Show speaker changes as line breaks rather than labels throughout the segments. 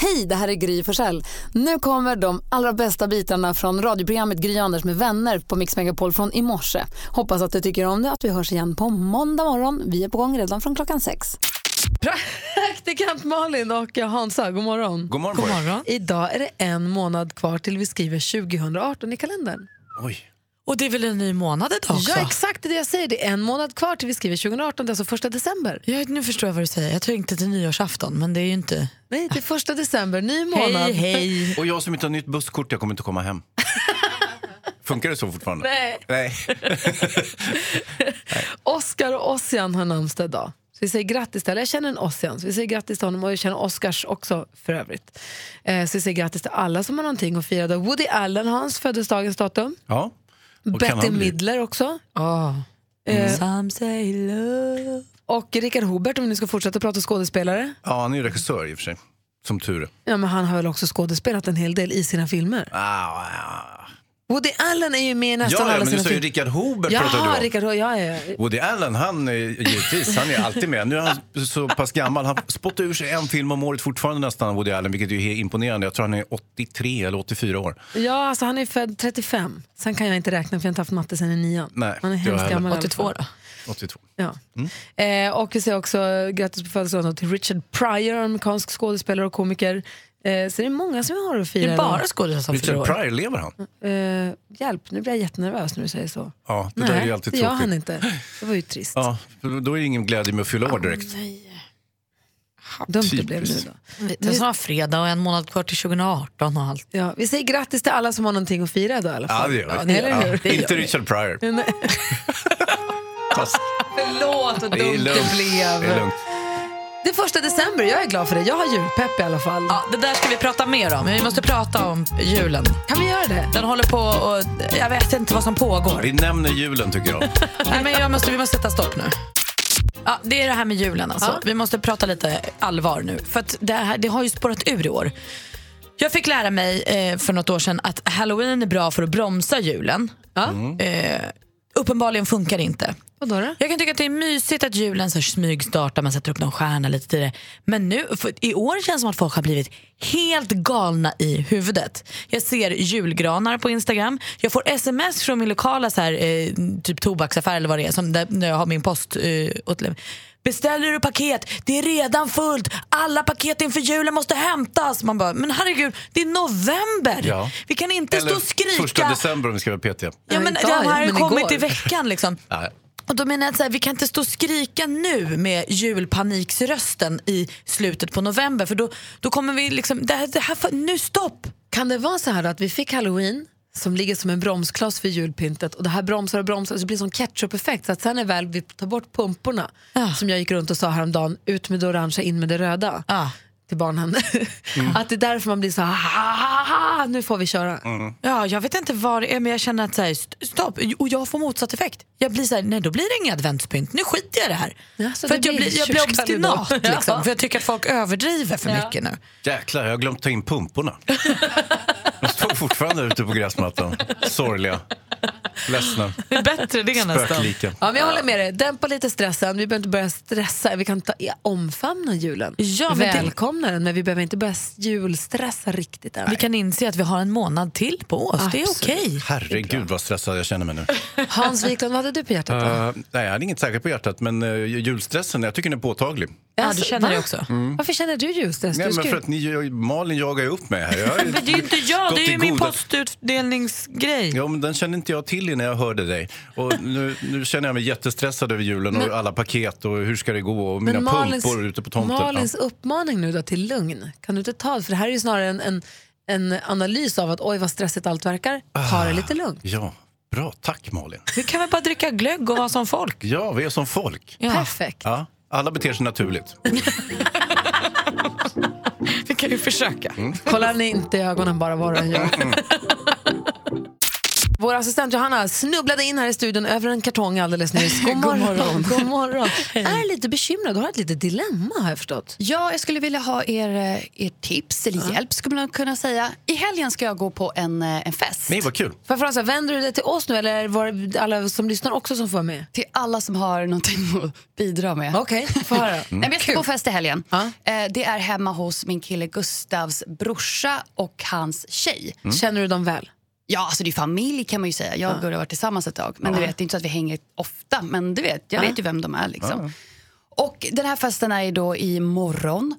Hej, det här är Gry Forssell. Nu kommer de allra bästa bitarna från radioprogrammet Gry Anders med vänner på Mix Megapol från i morse. Hoppas att du tycker om det att vi hörs igen på måndag morgon. Vi är på gång redan från klockan sex. Praktikant Malin och Hansa, god morgon.
God morgon, God på er. morgon.
Idag är det en månad kvar till vi skriver 2018 i kalendern.
Oj.
Och det är väl en ny månad idag också?
Ja, exakt det jag säger. Det är en månad kvar till vi skriver 2018, det är alltså första december.
Ja, nu förstår jag vad du säger. Jag tänkte till nyårsafton, men det är ju inte...
Nej, det är första december, ny månad.
Hej, hej.
Och jag som inte har nytt busskort, jag kommer inte komma hem. Funkar det så fortfarande?
Nej.
Nej.
Oscar och Ossian har namnsdag idag. Så vi säger grattis till alla. Jag känner en Ossian, så vi säger grattis till honom och jag känner Oscars också för övrigt. Eh, så vi säger grattis till alla som har någonting att fira. idag. Woody Allen har hans födelsedagens datum.
Ja. Och kan
Betty
han bli- Ah.
Midler också. Eh,
Mm. Some say love.
och Richard Hobert om vi nu ska fortsätta prata skådespelare.
Ja, han är ju regissör i och för sig. Som tur är.
Ja, men han har väl också skådespelat en hel del i sina filmer.
Ah, ah.
Woody Allen är ju med i
Ja,
nästan
ja,
alla
men du
sina
sa ju
filmer.
Richard Hobert pratade du
Jaha,
om.
Richard Ho- ja, ja, ja.
Woody Allen, han är givetvis, han är alltid med. Nu är han så pass gammal. Han spottar ur sig en film om året fortfarande nästan, Woody Allen, vilket ju är imponerande. Jag tror han är 83 eller 84 år.
ja, alltså han är född 35. Sen kan jag inte räkna för jag har inte haft matte sen i nian.
Nej,
han är
det har jag
hemskt
heller.
gammal. i alla
82
fall.
då?
82.
Ja. Eh, och vi säger också eh, grattis på födelsedagen till Richard Pryor, amerikansk skådespelare och komiker. Eh, så det är många som har att
Det
fira.
är bara skådisar som fyller
Richard
år.
Pryor, lever han?
idag. eh, hjälp, nu blir jag jättenervös när du säger så.
Ja, det där är
Nej,
ju alltid
det gör han
tråkigt.
inte. Det var ju trist.
Ja, för då är det ingen glädje med att fylla år direkt.
Dumt det
typiskt.
blev nu då.
Det är snart fredag och en månad kvar till 2018 och allt.
Ja, vi säger grattis till alla som har någonting att fira idag i alla
Ja,
fall.
det gör
Eller hur?
vi. Ja,
Det
inte
gör vi.
Richard Pryor.
Nej.
Fast
Förlåt vad dumt
det är lugnt.
det blev.
Det är lugnt.
Det är första december, jag är glad för det. Jag har julpepp i alla fall.
Ja, det där ska vi prata mer om. Vi måste prata om julen.
Kan vi göra det?
Den håller på och jag vet inte vad som pågår.
Vi nämner julen tycker jag.
Nej, men jag måste, vi måste sätta stopp nu. Ja, det är det här med julen alltså. Vi måste prata lite allvar nu. För att det, här, det har ju spårat ur i år. Jag fick lära mig eh, för något år sedan att halloween är bra för att bromsa julen.
Ja.
Eh, uppenbarligen funkar det inte.
Vadå då?
Jag kan tycka att det är mysigt att julen så här smygstartar, man sätter upp någon stjärna lite tidigare. Men nu, för i år känns det som att folk har blivit helt galna i huvudet. Jag ser julgranar på Instagram. Jag får sms från min lokala så här, eh, typ tobaksaffär eller vad det är, som där, när jag har min post. Eh, åt- Beställer du paket? Det är redan fullt. Alla paket inför julen måste hämtas. Man bara, men herregud, det är november.
Ja.
Vi kan inte stå
Eller
och skrika.
första december om vi ska vara petiga.
Ja, men,
Nej,
de
idag,
här
men
har kommit
igår.
i veckan liksom.
Nej.
Och då menar jag att så här, vi kan inte stå och skrika nu med julpaniksrösten i slutet på november för då, då kommer vi liksom, det här, det här, får- nu stopp!
Kan det vara så här att vi fick halloween som ligger som en bromskloss för julpyntet och det här bromsar och bromsar så det blir som ketchup-effekt så att sen är väl vi tar bort pumporna
Ja.
som jag gick runt och sa häromdagen, ut med det orangea, in med det röda
Ja. Mm.
till barnen. att det är därför man blir så här, "Ha, ha, ha, ha, nu får vi köra.
Ja, jag vet inte vad det är men jag känner att så här, st- stopp och jag får motsatt effekt. Jag blir så här, nej då blir det inga adventspynt, nu skiter jag i det här.
Ja, så
för
det
att jag
blir
blir, jag blir
kyrkan idag.
obstinat liksom, för jag tycker att folk överdriver för
Ja.
mycket nu.
Jäklar, jag har glömt ta in pumporna. De står fortfarande ute på gräsmattan. Sorgliga. Ledsna.
Det är bättre det
Spöklika.
Ja, men jag håller med dig. Dämpa lite stressen. Vi behöver inte börja stressa. Vi kan ta omfamna julen.
Ja, men det-
Välkomna den, men vi behöver inte börja julstressa riktigt än.
Vi kan inse att vi har en månad till på oss, det är
Absolut.
okej.
Herregud vad stressad jag känner mig nu.
Hans Wiklund, vad hade du på hjärtat? då?
Eh, nej, jag hade inget särskilt på hjärtat, men eh, julstressen, jag tycker den är påtaglig.
Ja,
Alltså,
du känner
va?
det också.
Varför känner du julstress?
Nej,
du ska
men
ju-
för att ni, Malin jagar ju upp mig här. Jag har ju
Men det är ju inte jag,
gått
det är
i
ju min
goda-
postutdelningsgrej.
Ja, men den kände inte jag till innan jag hörde dig. Och nu, nu känner jag mig jättestressad över julen och alla paket och hur ska det gå och mina
Men Malins-
pumpor ute på tomten.
Malins uppmaning nu då till lugn, kan du inte ta För det här är ju snarare en, en, en analys av att oj vad stressigt allt verkar. Ta det lite lugnt.
Ja, bra. Tack Malin.
Vi kan väl bara dricka glögg och vara som folk?
Ja, vi är som folk.
Perfekt.
Ja, alla beter sig naturligt.
vi Mm. kan ju försöka.
Kolla ni inte i ögonen bara vad den gör. Vår assistent Johanna snubblade in här i studion över en kartong alldeles nyss. God
God
morgon.
morgon.
God morgon. är lite bekymrad, du har ett litet dilemma har jag förstått.
Ja, jag skulle vilja ha er, eh, er tips eller hjälp skulle man kunna säga. I helgen ska jag gå på en, eh, en fest.
Nej, vad kul.
Varför alltså, vänder du dig till oss nu eller var det alla som lyssnar också som får vara med?
Till alla som har någonting att bidra med.
Okej, få höra.
Nej, men jag
Mm.
ska på fest i helgen.
Ja.
Eh, Det är hemma hos min kille Gustavs brorsa och hans tjej.
Mm.
Känner du dem väl?
Ja, alltså det är familj kan man ju säga. Jag och Gurra har varit tillsammans ett tag. Men du vet, det är inte så att vi hänger ofta. Men du vet, jag vet ju vem de är liksom. Och den här festen är ju då imorgon.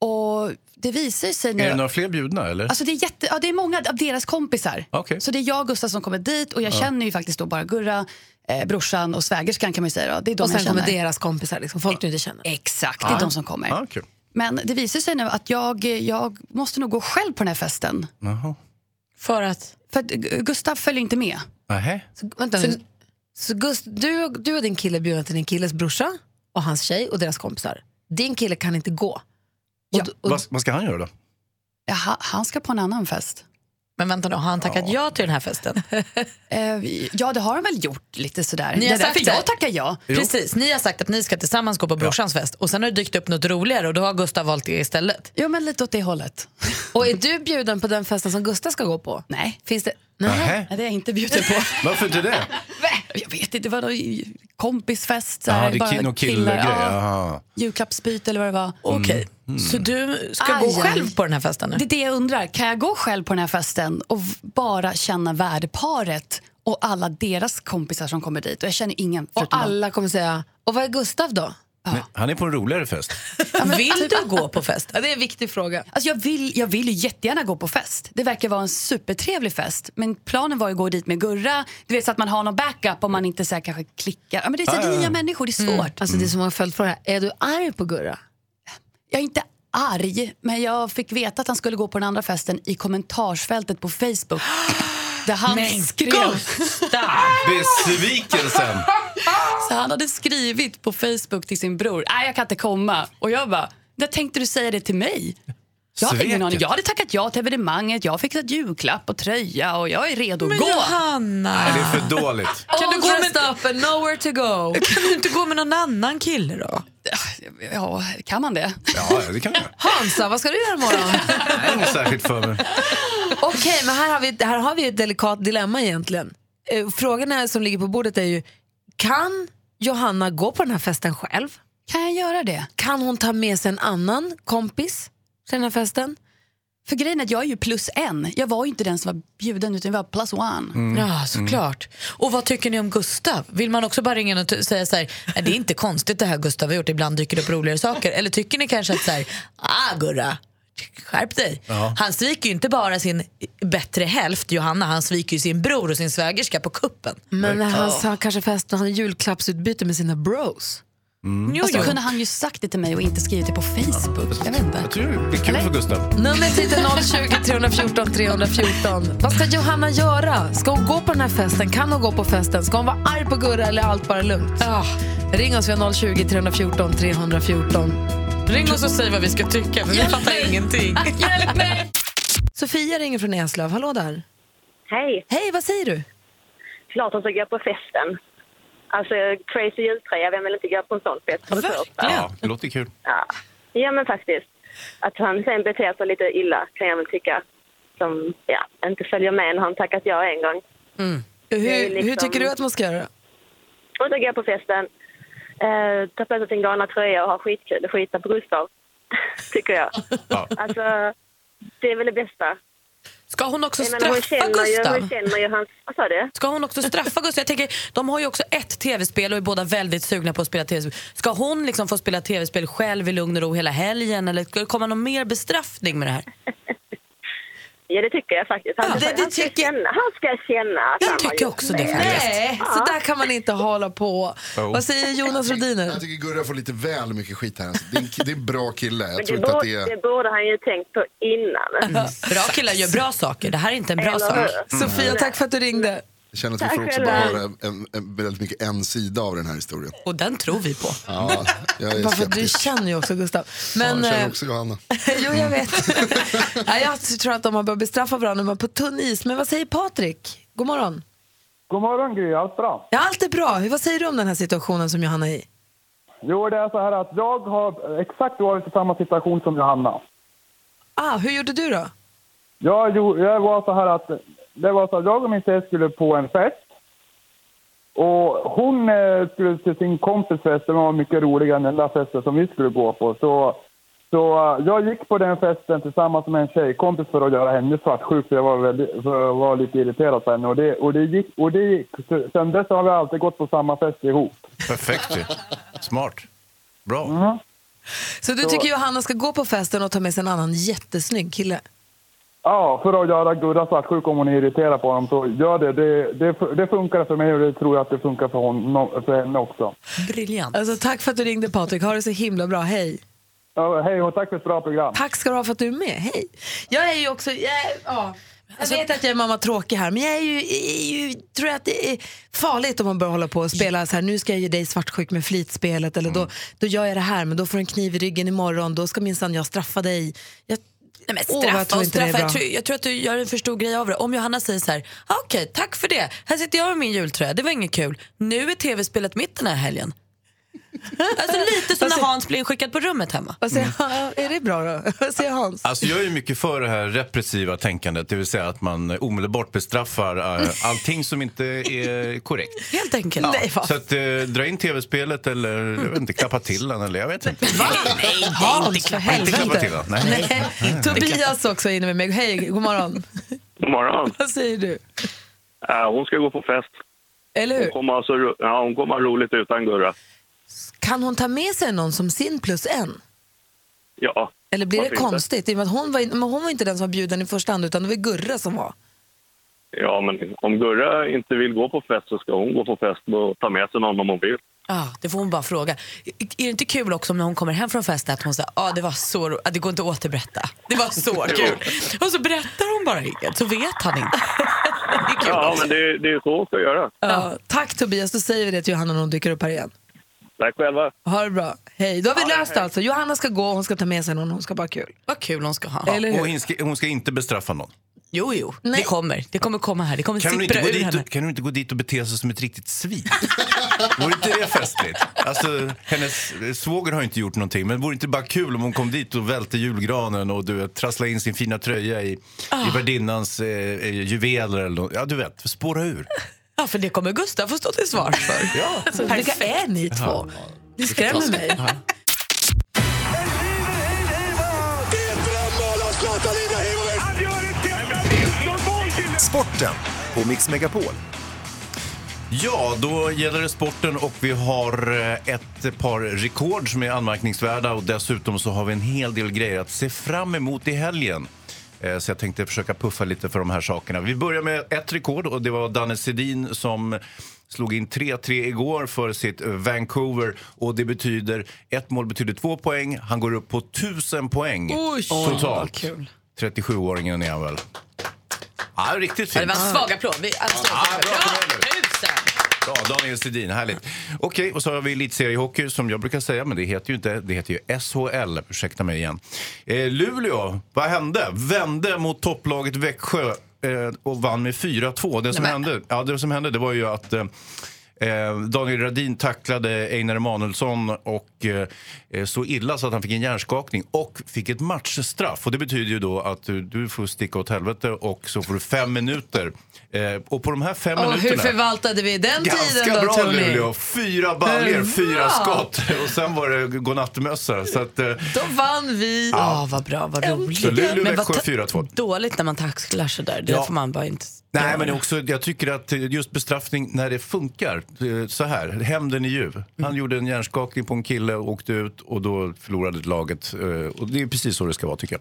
Och det visar ju sig nu...
Är det några fler bjudna eller?
Alltså det, är jätte, ja, det är många av deras kompisar.
Okej.
Så det är jag och Gustav som kommer dit och jag känner ju faktiskt då bara Gurra, eh, brorsan och svägerskan kan man ju säga. Då. Det är de
Och sen
jag känner.
kommer deras kompisar, liksom, folk du inte känner.
Exakt, det är de som kommer.
Ja, kul.
Men det visar sig nu att jag, jag måste nog gå själv på den här festen.
Jaha.
För att...
För att Gu- Gustav följer inte med.
Nähä.
Så, Eh, vänta, så, så Gust, du, och- du och din kille är bjudna till din killes brorsa och hans tjej och deras kompisar. Din kille kan inte gå. Och,
Ja.
d- och,
Vad, vad ska han göra då?
Ja, ha- han ska på en annan fest.
Men vänta nu, har han tackat ja, till den här festen?
Eh, vi- ja, det har han väl gjort lite sådär.
Ni
det
har
är därför
sagt det.
jag tackar ja.
Precis, ni har sagt att ni ska tillsammans gå på brorsans fest och sen har det dykt upp något roligare och då har Gustav valt det istället.
Jo, men lite åt det hållet.
och är du bjuden på den festen som Gustav ska gå på?
Nej,
Finns det?
Nähä.
det är jag inte bjuden på.
Varför inte det?
jag vet inte, det var någon kompisfest. Så här,
Jaha, det
bara
är ki- någon killegrej.
killar, ja.
Jaha.
julklappsbyte eller vad det var.
Okej, så du ska
Aj,
gå
aj.
själv på den här festen nu?
Det är det jag undrar. Kan jag gå själv på den här festen och v- bara känna värdeparet och alla deras kompisar som kommer dit? Och jag känner ingen
Och
förutom dem.
alla kommer säga, och vad är Gustav då?
Men Han är på en roligare fest.
Vill du gå på fest?
det är en viktig fråga.
typ Alltså jag, vill, jag vill ju jättegärna gå på fest. Det verkar vara en supertrevlig fest. Men planen var ju att gå dit med Gurra. Du vet, så att man har någon backup om man inte så här, kanske klickar. Ja, men det är så här,
Ja, ja, ja.
nya människor, det är svårt.
Alltså det är så många följdfrågor. här. Är du arg på Gurra?
Jag är inte arg, men jag fick veta att han skulle gå på den andra festen i kommentarsfältet på Facebook. Där han skrev...
Besvikelsen!
Så han hade skrivit på Facebook till sin bror, nej jag kan inte komma. Och jag bara, när tänkte du säga det till mig? Jag hade ingen aning.
Sveket.
Jag hade tackat ja till evenemanget, jag fick ett julklapp och tröja och jag är redo att
Men
gå.
Johanna,
Det är för dåligt.
Kan du gå med up and nowhere to go?
kan du inte gå med någon annan kille då?
Ja, kan man det?
Ja, det kan jag göra.
Hansa, vad ska du göra imorgon?
Det är inget särskilt för mig.
Okej, men här har, vi, här har vi ett delikat dilemma egentligen. Eh, Frågan är, som ligger på bordet är ju, kan Johanna gå på den här festen själv?
Kan jag göra det?
Kan hon ta med sig en annan kompis till den här festen?
För grejen är att jag är ju plus en. Jag var ju inte den som var bjuden utan jag var plus one.
Mm,
Ja, såklart. Och vad tycker ni om Gustav? Vill man också bara ringa in och t- säga så här, "Nej, det är inte konstigt det här Gustav har gjort, ibland dyker det upp roligare saker. Eller tycker ni kanske att så här, ah Gurra, skärp dig. Han sviker ju inte bara sin bättre hälft Johanna, han sviker ju sin bror och sin svägerska på kuppen.
Men när han sa kanske fest när han har julklappsutbyte med sina bros.
Jo,
Fast då kunde han ju sagt det till mig och inte skrivit det på Facebook. Jag vet inte.
Jag tror det blir kul för Gustav.
Numret hit är 020 314 314. Vad ska Johanna göra? Ska hon gå på den här festen? Kan hon gå på festen? Ska hon vara arg på Gurra eller är allt bara lugnt? Ring oss via 020 314 314.
Ring oss och säg vad vi ska tycka, för vi fattar ingenting.
Sofia ringer från Eslöv. Hallå där.
Hej!
Hej, vad säger du?
Klart hon ska gå på festen. Alltså, crazy jultröja, vem vill inte gå på en sån fest? För det första?
Ja, det låter kul.
Ja. ja, men faktiskt. Att han sen beter sig lite illa kan jag väl tycka. Som ja, inte följer med när han tackat ja en gång. är
Hur,
liksom-
hur tycker du att man ska göra?
Och då går jag på festen, eh, tar på sig sin galna tröja och har skitkul och skita på Gustav. Tycker jag.
Ja.
Alltså, det är väl det bästa.
Ska hon också
Jag menar, hon
straffa
känner ju,
Gustav?
hon känner ju hans... Vad sa du?
Ska hon också straffa Gustav? Jag tänker, de har ju också ett tv-spel och är båda väldigt sugna på att spela tv-spel. Ska hon liksom få spela tv-spel själv i lugn och ro hela helgen eller ska det komma någon mer bestraffning med det här?
Ja, det tycker jag faktiskt. Han,
det- det
han, ska,
tycker jag-
känna, han ska känna att han
Jag
har
tycker
gjort
också det faktiskt.
Nej, så där kan man inte hålla på.
Jo.
Vad säger Jonas
Jag
Rodiner?
tycker Gurra får lite väl mycket skit här. Alltså, det, är en, det är en bra kille. Jag
Men
tror
det,
inte att
borde,
det är...
det borde han ju tänkt på innan.
Bra killar gör bra saker. Det här är inte en bra
Eller
sak.
Mm.
hur?
Sofia, tack för att du ringde.
Jag känner att vi
Tack
får också
själva.
bara höra en, en, väldigt mycket en sida av den här historien.
Och den tror vi på.
Ja, jag är
Bara för att du
skeptisk.
känner ju också Gustav.
Ja,
Men,
jag känner
eh,
också Johanna.
jo, jag vet. Nej, jag tror att de har börjat bestraffa varandra men på tunn is. Men vad säger Patrik? God morgon.
God morgon Gry, allt bra?
Ja, allt är bra. Hur- Vad säger du om den här situationen som Johanna är i?
Jo, det är så här att jag har exakt varit i samma situation som Johanna.
Ah, hur gjorde du då?
Jag, gjo- jag var så här att det var så att jag och min tjej skulle på en fest. Och hon eh, skulle till sin kompis fest, den var mycket roligare än den där festen som vi skulle gå på. Så, så eh, jag gick på den festen tillsammans med en tjejkompis för att göra henne svartsjuk, för jag var, väldigt, för jag var lite irriterad på henne. Och det, och det gick, och det gick. Så- Sen dess har vi alltid gått på samma fest ihop.
Perfekt ju. Smart. Bra.
Så du tycker Johanna ska gå på festen och ta med sig en annan jättesnygg kille?
Ja, för att göra Gurra svartsjuk om hon är irriterad på honom så gör det. Det, det. det funkar för mig och det tror jag att det funkar för, honom, för henne också.
Briljant.
Alltså, tack för att du ringde Patrik. Ha det så himla bra. Hej.
Ja, hej och tack för ett bra program.
Tack ska du ha för att du är med. Hej. Jag är ju också... Jag, är- ja. jag vet att jag är mamma tråkig här, men jag är ju, är ju, tror jag att det är farligt om man börjar hålla på och spela så här, nu ska jag ge dig svartsjuk med flitspelet eller då, då gör jag det här, men då får du en kniv i ryggen imorgon, då ska minsann jag straffa dig. Jag,
Nej, men
Åh, vad
straffa
jag tror
och
inte det är
straffa. Jag
bra.
tror, jag tror att du gör en för stor grej av det. Om Johanna säger så här, ah, okej, tack för det. Här sitter jag med min jultröja, det var inget kul. Nu är tv-spelet mitt den här helgen. alltså lite som när Hans blir inskickad på rummet hemma.
vad säger, Är det bra då? Vad säger Hans?
Alltså jag är ju mycket för det här repressiva tänkandet, det vill säga att man omedelbart bestraffar eh, allting som inte är korrekt.
Helt enkelt. Nej, va?
Så att eh, dra in tv-spelet eller jag vet inte, klappa till den eller jag vet inte.
Hans, för
Inte klappa till den, nej.
Nej. Tobias också är inne med mig. Hej, god morgon.
God morgon.
Vad säger du?
Äh, hon ska gå på fest.
Eller
Hon
hur?
kommer alltså, ro- ja, hon kommer ha roligt utan Gurra.
Kan hon ta med sig någon som sin plus en?
Ja.
Eller blir
Varför
det
inte?
konstigt? I och med att hon, var in, men hon var inte den som var bjuden i första hand utan det var Gurra som var.
Ja, men om Gurra inte vill gå på fest så ska hon gå på fest och ta med sig någon om hon vill.
Ja, det får hon bara fråga. I- Är det inte kul också om när hon kommer hem från festen att hon säger ah, det var så ro- ah, det går inte att återberätta. Det var så kul. Och så berättar hon bara inget, så vet han inte. Det är kul
Ja,
också.
men det, det är så hon ska göra.
Ja. Tack Tobias, då säger vi det till Johanna när hon dyker upp här igen.
Tack själva.
Ha det bra. Hej, då har vi löst det alltså. Johanna ska gå, hon ska ta med sig någon, hon ska bara ha kul.
Vad kul hon ska ha.
Eller
Och
hur?
hon ska, hon ska inte bestraffa någon.
Jo, jo, det kommer. Det kommer komma här. Det kommer
Kan hon, inte
sippra
gå
ur
dit
henne.
och, kan hon inte gå dit och bete sig som ett riktigt svin? Vore inte det festligt? Alltså, hennes eh, svåger har inte gjort någonting, men vore inte bara kul om hon kom dit och välte julgranen och du vet, trasslade in sin fina tröja i,
Ah.
i värdinnans eh, eh, juveler eller nå- Ja, du vet, spåra ur.
Ja, för det kommer Gustav få stå till svars för.
Ja.
Så, Alltså, vilka är ni två? Ni
alltså-
skrämmer mig.
Sporten på Mix Megapol.
Ja, då gäller det sporten och vi har eh, ett par rekord som är anmärkningsvärda och dessutom så har vi en hel del grejer att se fram emot i helgen. Eh, Så jag tänkte försöka puffa lite för de här sakerna. Vi börjar med ett rekord och det var Danne Sedin som slog in 3-3 igår för sitt Vancouver och det betyder, ett mål betyder två poäng, han går upp på 1000 poäng totalt. 37-åringen är han väl. Ja, riktigt
Det
fint.
var
Ah.
en svag applåd. Vi, alltså,
Ja, bra, bra, bra.
tusen!
Bra, Daniel Sedin, härligt. Okej, och så har vi elitseriehockey som jag brukar säga, men det heter ju inte, det heter ju SHL. Ursäkta mig igen. Eh, Luleå, vad hände? Vände mot topplaget Växjö eh, och vann med 4-2. Det som, hände, ja, det som hände det var ju att eh, Eh, Daniel Radin tacklade Einar Emanuelsson och, eh, så illa så att han fick en hjärnskakning och fick ett matchstraff. Och det betyder ju då att du, du får sticka åt helvete och så får du fem minuter. Eh, och på de här fem
Och hur
minuterna...
förvaltade vi den tiden
Ganska
då,
bra
Tony?
Luleå. Fyra baljer,
Bra.
fyra skott och sen var det godnattmössa. Så att, eh,
Då vann vi.
Ja, Ah, vad bra, vad roligt.
Så Luleå,
Men vad
Växjö,
ta-
4-2.
Dåligt när man tacklar sådär. Det
Ja.
får man bara inte...
nej, men det är också, jag tycker att eh, just bestraffning när det funkar, eh, så här, hämnden är ljuv. Han gjorde en hjärnskakning på en kille och åkte ut och då förlorade laget. eh, Och det är precis så det ska vara tycker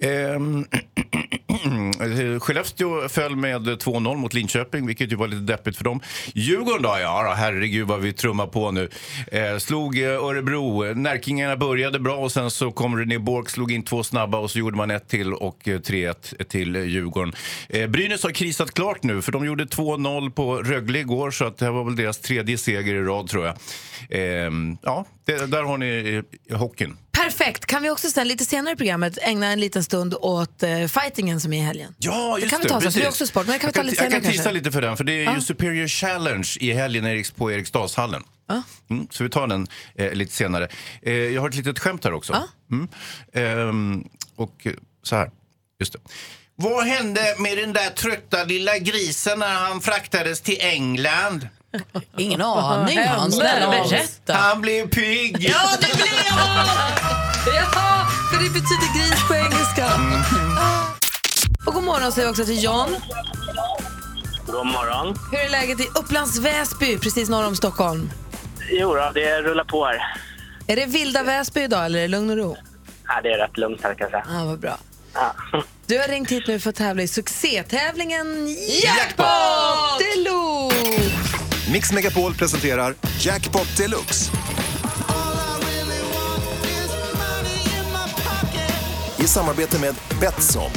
jag. Ehm, Skellefteå föll med 2-0 mot Linköping, vilket ju var lite deppigt för dem. Djurgården då? Ja, då, herregud vad vi trummar på nu. Eh, slog eh, Örebro. Närkingarna började bra och sen så kom René Bork, slog in två snabba och så gjorde man ett till och eh, 3-1 till eh, Djurgården. Eh, Brynäs har krisat klart nu, för de gjorde 2-0 på Rögle igår så att det här var väl deras tredje seger i rad tror jag. Ehm, ja, det, där har ni eh, hockeyn.
Perfekt. Kan vi också sen lite senare i programmet ägna en liten stund åt eh, fightingen som är i helgen?
Ja, just
det kan vi ta sen, för det är
precis.
också sport. Men det kan vi
jag
ta
kan,
lite
jag kan
senare
tisa
kanske.
lite för den, för det är ju Superior Challenge i helgen i Eriks- på Eriksdalshallen. Mm, så vi tar den eh, lite senare. Eh, jag har ett litet skämt här också. Mm. Ehm, och eh, så här, just det. Vad hände med den där trötta lilla grisen när han fraktades till England?
Ingen aning Hans,
Snälla,
snälla
berätta.
berätta.
Han blev pigg!
Ja, det blir jag! Ja, för det betyder gris på engelska. Mm. Och god morgon säger vi också till John.
God morgon.
Hur är läget i Upplands Väsby, precis norr om Stockholm?
Jo, då, det rullar på här.
Är det vilda Väsby idag eller är det lugn och ro?
Ja, det är rätt lugnt här kan jag säga.
Ja, vad bra.
Ja.
Du har ringt hit nu för att tävla i succétävlingen Jackpot Deluxe!
Mix Megapol presenterar Jackpot Deluxe. I samarbete med Betsson.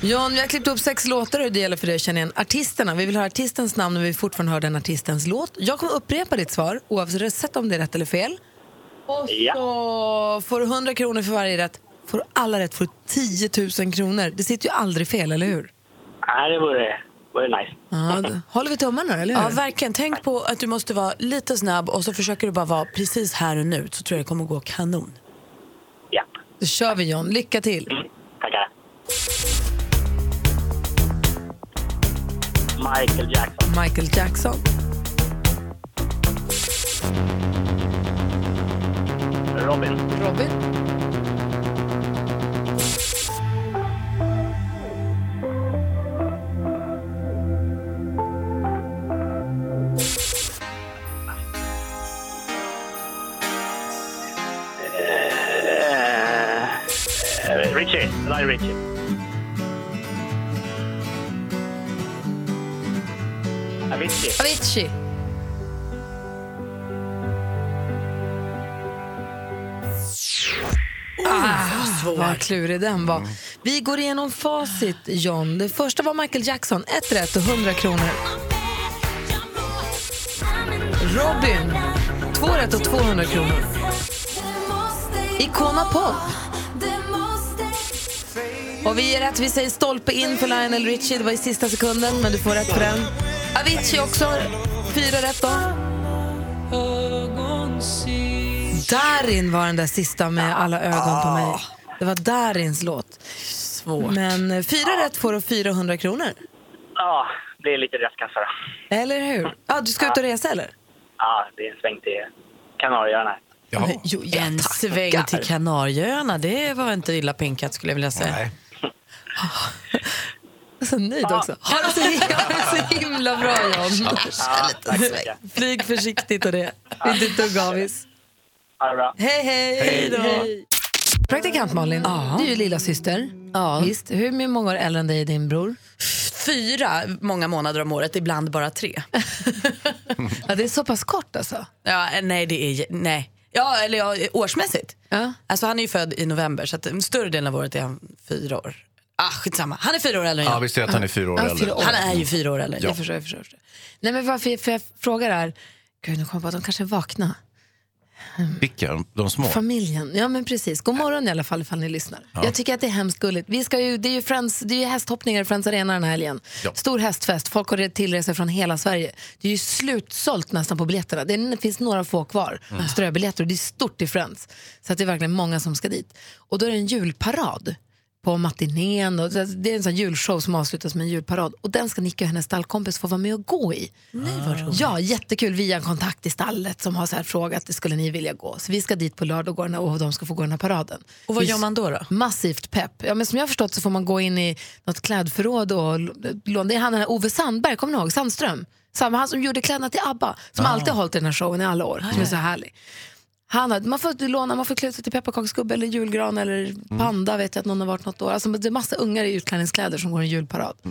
John, vi har klippt upp sex låtar och det gäller för dig att känna igen artisterna. Vi vill höra artistens namn och vi vill fortfarande höra den artistens låt. Jag kommer upprepa ditt svar oavsett om det är rätt eller fel. Och så får du 100 kronor för varje rätt. Får du alla rätt får du 10 000 kronor. Det sitter ju aldrig fel, eller hur?
Ja, det vore, vore nice.
Ja, det- håller vi tummarna, eller hur?
Ja, verkligen. Tänk på att du måste vara lite snabb och så försöker du bara vara precis här och nu så tror jag det kommer gå kanon.
Ja,
Då kör vi, John. Lycka till.
tackar. Michael Jackson.
Michael Jackson,
Robin.
Robin,
Eh, Richie. Eli Richie. Avicii.
Avicii, Vad klurig den var. Vi går igenom facit, John. Det första var Michael Jackson. Ett rätt och 100 kronor. Robin. Två rätt och 200 kronor. Icona Pop. Och vi är rätt. Vi säger stolpe in för Lionel Richie. Det var i sista sekunden, men du får rätt för den. Avicii också. Fyra rätt då. Darin var den där sista med alla ögon på mig. Det var Darins låt.
Svårt.
Men eh, fyra rätt får du 400 kronor.
Ja, det blir lite röstkassa då.
Eller hur? Ja, du ska ut och resa eller?
Ja, det är en sväng till Kanarieöarna.
Ja.
Jo,
en sväng till Kanarieöarna, det var inte illa pinkat skulle jag vilja säga.
Nej.
Så nöjd Alltså, också. Ha det så himla, ha det så himla bra John.
tack så mycket.
Flyg försiktigt och det. Inte ett dugg avis.
Ha det bra.
Hej, hej! Hej då! Praktikant Malin, du är ju lilla syster.
Ja.
Visst, hur många år äldre än dig är din bror?
Fyra många månader om året, ibland bara tre.
Ja, det är så pass kort alltså.
ja, eh, nej, det är... j- Nej. Ja, eller ja, eh, årsmässigt.
Ja.
Alltså han är ju född i november så att en större delen av året är han fyra år. Ah, skitsamma. Han är fyra år äldre än
ja,
jag.
visst är det att han är fyra år
Ja,
äldre.
fyra år.
han är ju fyra år äldre.
Jag förstår, jag förstår. Jag förstår. Nej, men varför jag, för jag frågar är, gud nu kom jag på att de kanske är vakna.
Vilka? De små?
Familjen, ja men precis. God morgon i alla fall ifall ni lyssnar. Jag tycker att det är hemskt gulligt. Vi ska ju, det är ju, friends, det är ju hästhoppningar i Friends Arena den här helgen.
Ja.
Stor hästfest, folk har tillresor från hela Sverige. Det är ju slutsålt nästan på biljetterna. Det, är, det finns några få kvar,
Mm.
Mm. ströbiljetter och det är stort i Friends. Så att det är verkligen många som ska dit. Och då är det en julparad på matinén. Och det det är en sån här julshow som avslutas med en julparad. Och den ska Nicke och hennes stallkompis få vara med och gå i. Ah. Ja, jättekul via en kontakt i stallet som har så här frågat, skulle ni vilja gå? Så vi ska dit på lördag och, gå den här, och de ska få gå den här paraden.
Och vad
Det är
gör man då? då?
Massivt pepp. Ja, men som jag har förstått så får man gå in i något klädförråd och l- låna. Det är han den här Ove Sandberg, kommer ni ihåg?
Ah.
Sandström. Samma, han som gjorde kläderna till ABBA, som alltid har hållit i den här showen i alla år. Som är så härlig. Han har, man får låna, man får klä ut sig till pepparkaksgubbe eller julgran eller
Mm.
panda vet jag att någon har varit något år. Alltså det är massa ungar i utklädningskläder som går en julparad. Så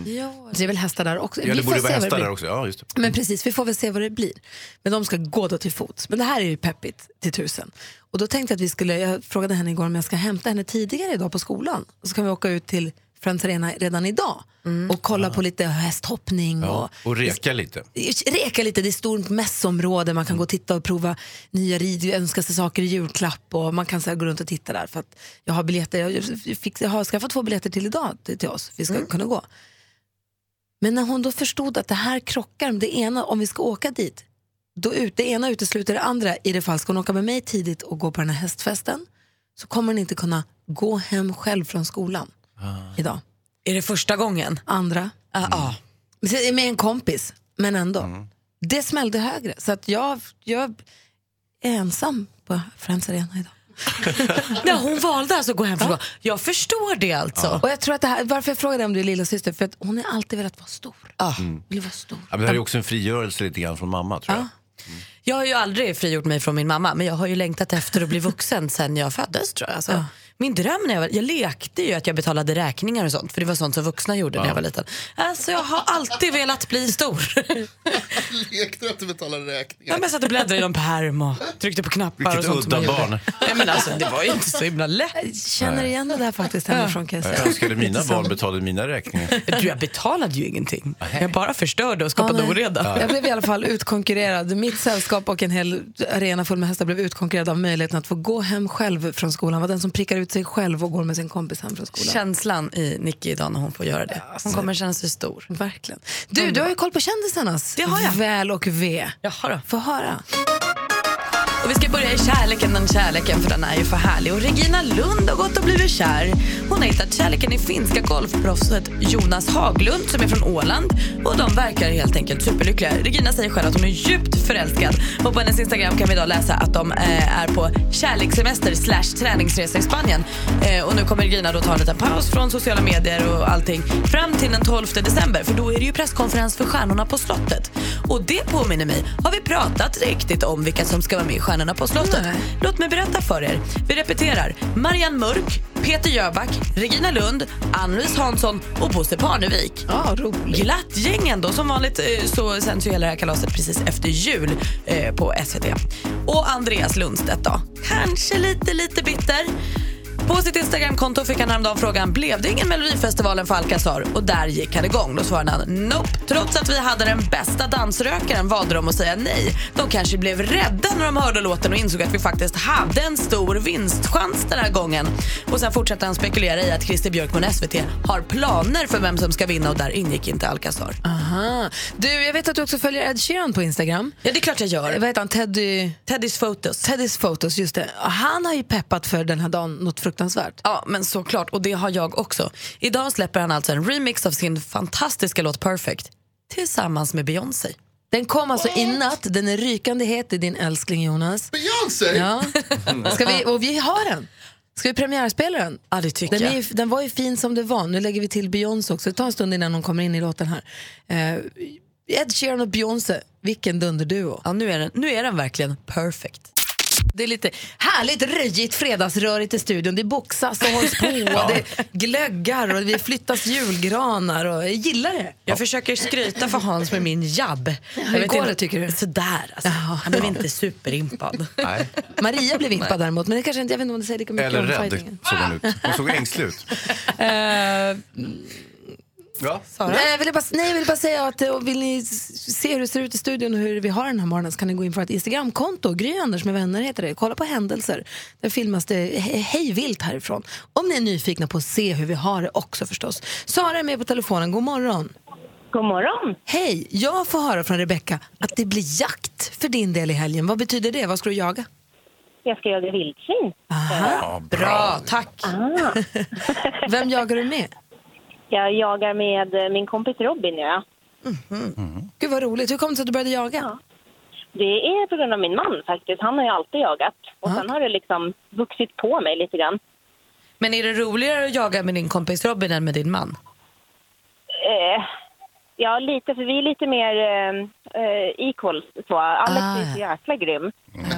det är väl hästar där också.
Mm. Ja,
Vi
det
får
borde
se
vara
vad det
hästar
blir.
där också. Ja, just det.
Men precis, vi får väl se vad det blir. Men de ska gå då till fots. Men det här är ju peppigt till tusen. Och då tänkte jag att vi skulle, jag frågade henne igår om jag ska hämta henne tidigare idag på skolan. Så kan vi åka ut till Friends Arena redan idag och kolla på lite hästhoppning
Ja.
och
Och reka lite.
reka lite. Det är ett stort mässområde, man kan gå och titta och prova nya rid, önska sig saker i julklapp och man kan så här gå runt och titta där. För att jag har biljetter, jag, fick, jag har skaffat två biljetter till idag till, till oss, vi ska kunna gå. Men när hon då förstod att det här krockar, med det ena, om vi ska åka dit, då ut, det ena utesluter det andra. I det fall ska hon åka med mig tidigt och gå på den här hästfesten så kommer hon inte kunna gå hem själv från skolan idag.
Är det första gången?
Andra.
Ja.
Så- Med en kompis, men ändå. Det smällde högre, så att jag, jag är ensam på Friends Arena idag.
Nej, hon valde alltså att gå hem från Jag förstår det alltså.
Och jag tror att det här, varför jag frågade om du är lilla syster för att hon har alltid velat vara stor. Vill vara stor.
Ja, men det här är ju också en frigörelse lite grann från mamma, tror jag.
Jag har ju aldrig frigjort mig från min mamma men jag har ju längtat efter att bli vuxen sen jag föddes tror jag. Alltså, Min dröm när jag var jag lekte ju att jag betalade räkningar och sånt för det var sånt som vuxna gjorde när jag var liten. Alltså jag har alltid velat bli stor.
Lekte du att du betalade räkningar?
Jag satt och bläddrade i någon pärm och tryckte på knappar och
Vilket
sånt. som
udda
man gjorde.
barn.
Nej, men alltså, det var ju inte så himla lätt.
Känner igen det där faktiskt hemifrån kan jag säga.
Jag önskade mina barn betalade mina räkningar.
Du, jag betalade ju ingenting. Jag bara förstörde
Ja,
och skapade
nej.
oreda.
Jag blev i alla fall utkonkurrerad. Mitt sällskap och en hel arena full med hästar blev utkonkurrerad av möjligheten att få gå hem själv från skolan. Var den som prickar ut sig själv och går med sin kompis hem från skolan.
Känslan i Nicky idag när hon får göra det. Hon kommer känna sig stor.
Verkligen. Du, du har ju koll på kändisarnas
Det har jag.
väl och ve.
Jaha då.
Få höra.
Och vi ska börja i kärleken, den kärleken, för den är ju för härlig. Och Regina Lund har gått och blivit kär. Hon har hittat kärleken i finska golfproffset Jonas Haglund som är från Åland. Och de verkar helt enkelt superlyckliga. Regina säger själv att hon är djupt förälskad. Och på hennes Instagram kan vi idag läsa att de eh, är på kärlekssemester slash träningsresa i Spanien. Eh, och nu kommer Regina då ta en liten paus från sociala medier och allting fram till den 12 december för då är det ju presskonferens för Stjärnorna på slottet. Och det påminner mig, har vi pratat riktigt om vilka som ska vara med i Stjärnorna på slottet? Låt mig berätta för er. Vi repeterar. Marianne Mörk, Peter Jöback, Regina Lund, Ann-Louise Hansson och Bosse Parnevik.
Ja, roligt.
Glatt gäng då. Som vanligt eh, så sänds ju hela det här kalaset precis efter jul eh, på SVT. Och Andreas Lundstedt då. Kanske lite, lite bitter. På sitt Instagramkonto fick han häromdagen frågan blev det ingen Melodifestivalen för Alcazar och där gick han igång. Då svarade han nope. Trots att vi hade den bästa dansrökaren valde de att säga nej. De kanske blev rädda när de hörde låten och insåg att vi faktiskt hade en stor vinstchans den här gången. Och sen fortsatte han spekulera i att Christer Björkman och SVT har planer för vem som ska vinna och där ingick inte Alcazar.
Ah. Aha. Du, jag vet att du också följer Ed Sheeran på Instagram.
Ja, det är klart jag
Eh,
gör.
Vad heter han? Teddy...
Teddys Photos.
Teddys Photos, just det. Han har ju peppat för den här dagen något fruktansvärt.
Ja, men såklart. Och det har jag också. Idag släpper han alltså en remix av sin fantastiska låt Perfect tillsammans med Beyoncé.
Den kom alltså i natt, den är rykande het i din älskling Jonas.
Beyoncé!
Mm. Ja. Ska vi, och vi har den. Ska vi premiärspela den?
Ja, det tycker
Den, är,
jag.
ju- den var ju fin som det var. Nu lägger vi till Beyoncé också. Det tar en stund innan hon kommer in i låten här. Eh, Ed Sheeran och Beyoncé, vilken dunderduo.
Ja, nu, är den, nu är den verkligen perfect.
Det är lite härligt röjigt fredagsrörigt i studion. Det boxas och hålls på och det glöggar och vi flyttas julgranar. Och jag gillar det.
Jag försöker skryta för Hans med min jabb. Jag
hur
vet
går
inte-
det, tycker du?
Sådär alltså. Han blev inte superimpad.
Nej.
Maria blev impad däremot, men det kanske inte, jag vet inte om det säger lika mycket
Eller
om
rädd
fightingen.
såg hon ut. Hon såg ängslig ut. Ja.
Nej, jag ville bara, nej, jag ville bara säga att eh, vill ni s- se hur det ser ut i studion och hur vi har den här morgonen så kan ni gå in på vårt Instagramkonto, Gry Anders med vänner heter det. Kolla på händelser. Där filmas det he- hej vilt härifrån. Om ni är nyfikna på att se hur vi har det också förstås. Sara är med på telefonen, god morgon.
God morgon!
Hej, jag får höra från Rebecka att det blir jakt för din del i helgen. Vad betyder det? Vad ska du jaga?
Jag ska jaga vildsvin.
Ja, bra.
tack.
Vem jagar du med?
Jag jagar med eh, min kompis Robin. Ja.
Gud vad roligt, hur kom det sig att du började jaga?
Det är på grund av min man faktiskt. Han har ju alltid jagat. Och sen har det liksom vuxit på mig lite grann.
Men är det roligare att jaga med din kompis Robin än med din man?
Eh, Ja, lite, för vi är lite mer eh, eh, equals så. Alex
Ah,
är så jäkla
Mm,
grym.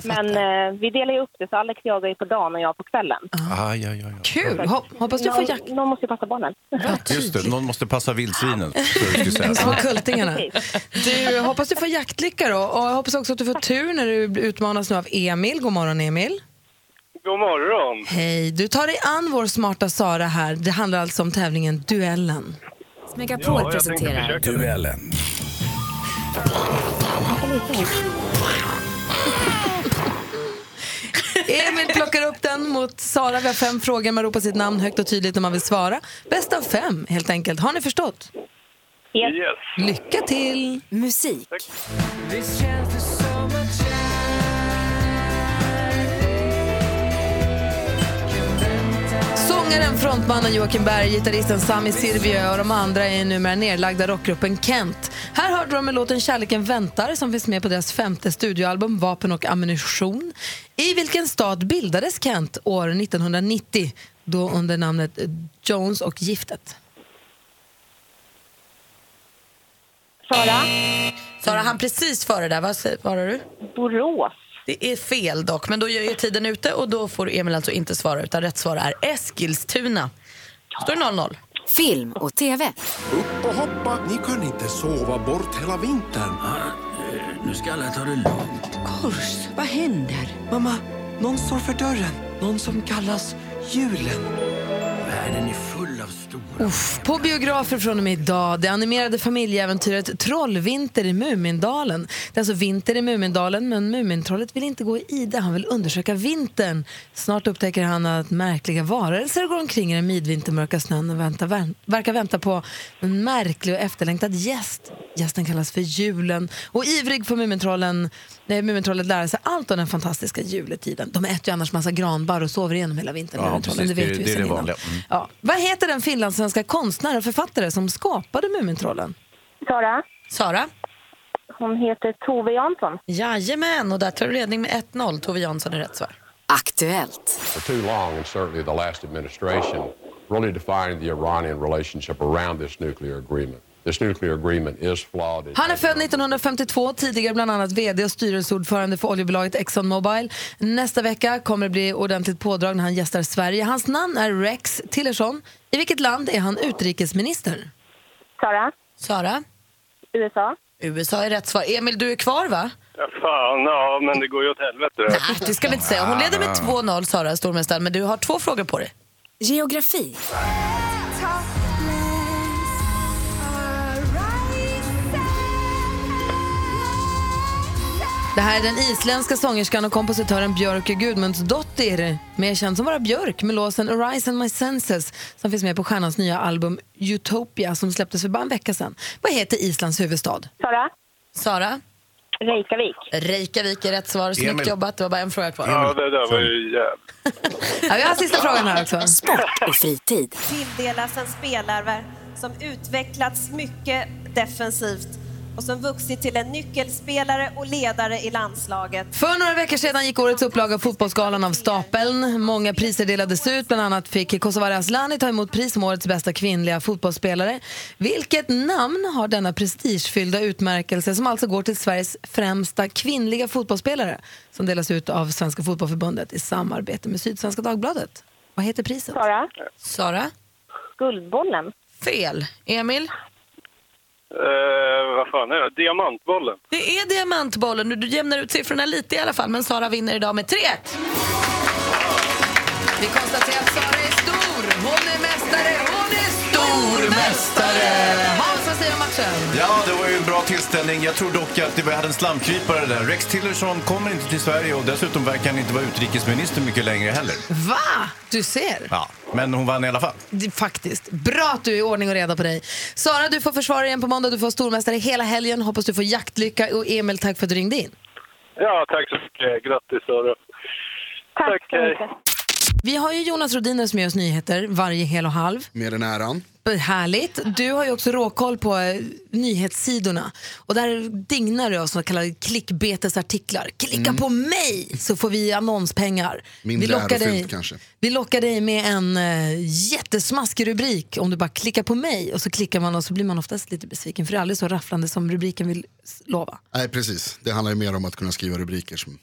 Men eh, vi delar ju upp det, så Alex jagar ju på dagen och jag på kvällen.
Aj, aj, aj, aj.
Kul!
hoppas du får
jack. Någon måste ju passa barnen.
Just det, någon måste passa vildsvinen. tror jag du skulle säga.
Små kultingarna. Du, hoppas du får jaktlycka då. Och jag hoppas också att du får tur när du utmanas nu av Emil. God morgon Emil.
God morgon.
Hej. Du tar dig an vår smarta Sara här. Det handlar alltså om tävlingen Duellen.
Megapol Ja, jag tänkte presenterar försöka.
Duellen.
Emil plockar upp den mot Sara. Vi har fem frågor. Man ropar sitt namn högt och tydligt när man vill svara. Bäst av fem, helt enkelt. Har ni förstått?
Yes.
Lycka till! Musik. Sångaren, frontmannen Joakim Berg, gitarristen Sami Silvio och de andra är numera nedlagda rockgruppen Kent. Här hörde de med låten Kärleken väntar som finns med på deras femte studioalbum Vapen och ammunition. I vilken stad bildades Kent år 1990? Då under namnet Jones och giftet.
Sara?
Sara, han precis före där. Vad säger- svarar du?
Borås.
Det är fel dock, men då är tiden ute och då får Emil alltså inte svara utan rätt svar är Eskilstuna. Står det 0-0? Film och TV.
Upp och hoppa! Ni kan inte sova bort hela vintern. nu ska alla ta det lugnt.
Kors, vad händer? Mamma, någon står för dörren. Någon som kallas julen.
Världen är full av stora...
Uff, på biografer från och med idag, det animerade familjeäventyret Trollvinter i Mumindalen. Det är alltså vinter i Mumindalen, men Mumintrollet vill inte gå i ide, han vill undersöka vintern. Snart upptäcker han att märkliga varelser går omkring i den midvintermörka snön och väntar, vän- verkar vänta på en märklig och efterlängtad gäst. Gästen kallas för julen och ivrig får Mumintrollen Nej, Mumintrollet lära sig allt om den fantastiska juletiden. De äter ju annars massa granbarr och sover igenom hela vintern.
Ja,
Mumintrollen,
precis. Det,
vet vi
det är
sedan
det
innan.
vanliga. Mm.
Ja. Vad heter den finlandssvenska konstnär och författare som skapade Mumintrollen?
Sara?
Sara?
Hon heter Tove Jansson.
Jajamän, och där tar du ledning med 1-0. Tove Jansson är rätt svar.
Aktuellt.
for too long, and certainly the last administration, really defined the Iranian relationship around this nuclear agreement. This nuclear agreement is flawed. It-
Han är född 1952, tidigare bland annat vd och styrelseordförande för oljebolaget Exxonmobil. Nästa vecka kommer det bli ordentligt pådrag när han gästar Sverige. Hans namn är Rex Tillerson. I vilket land är han utrikesminister?
Sara?
Sara?
USA?
USA är rätt svar. Emil, du är kvar va?
Ja, fan, ja, men det går ju åt helvete.
Nej, det ska vi inte säga. Hon leder med 2-0, Sara Stormästaren, men du har två frågor på dig.
Geografi.
Det här är den isländska sångerskan och kompositören Björk Gudmundsdottir, mer känd som bara Björk, med låsen Arise and My Senses som finns med på stjärnans nya album Utopia som släpptes för bara en vecka sedan. Vad heter Islands huvudstad?
Sara?
Sara?
Reykjavik.
Reykjavik är rätt svar. Snyggt
Emil.
jobbat. Det var bara en fråga kvar.
Ja, det där var ju jävligt.
Ja, vi har sista frågan här också.
Sport och fritid.
tilldelas en spelare som utvecklats mycket defensivt och som vuxit till en nyckelspelare och ledare i landslaget.
För några veckor sedan gick årets upplaga av Fotbollsgalan av stapeln. Många priser delades ut. Bland annat fick Kosovare Asllani ta emot pris som årets bästa kvinnliga fotbollsspelare. Vilket namn har denna prestigefyllda utmärkelse som alltså går till Sveriges främsta kvinnliga fotbollsspelare som delas ut av Svenska Fotbollförbundet i samarbete med Sydsvenska Dagbladet? Vad heter priset?
Sara?
Sara?
Guldbollen.
Fel. Emil?
Eh, vad fan är det? Diamantbollen.
Det är diamantbollen. Du- Du jämnar ut siffrorna lite i alla fall, men Sara vinner idag med 3-1.
Vi konstaterar att Sara är stor. Hon är mästare. Hon är stormästare. Hans, vad säger du om matchen?
Ja, det var ju en bra tillställning. Jag tror dock att det- vi hade en slamkrypare där. Rex Tillerson kommer inte till Sverige och dessutom verkar han inte vara utrikesminister mycket längre heller.
Va? Du ser.
Ja, men hon vann i alla fall.
Det- Faktiskt. Bra att du är i ordning och reda på dig. Sara, du får försvara igen på måndag. Du får vara stormästare hela helgen. Hoppas du får jaktlycka. Och Emil, tack för att du ringde in.
Ja, tack så mycket. Grattis, Sara. Tack, tack så mycket.
Vi har ju Jonas Rodiner som gör oss nyheter varje hel och halv.
Med den äran.
Härligt. Du har ju också råkoll på eh, nyhetssidorna. Och där dignar det av så kallade klickbetesartiklar. Klicka
Mm.
på mig så får vi annonspengar. vi,
Mindre
lockar dig,
ärofyllt kanske.
vi lockar dig med en eh, jättesmaskig rubrik om du bara klickar på mig. Och så klickar man och så blir man oftast lite besviken för det är aldrig så rafflande som rubriken vill s- lova.
Nej, precis. Det handlar ju mer om att kunna skriva rubriker. Som...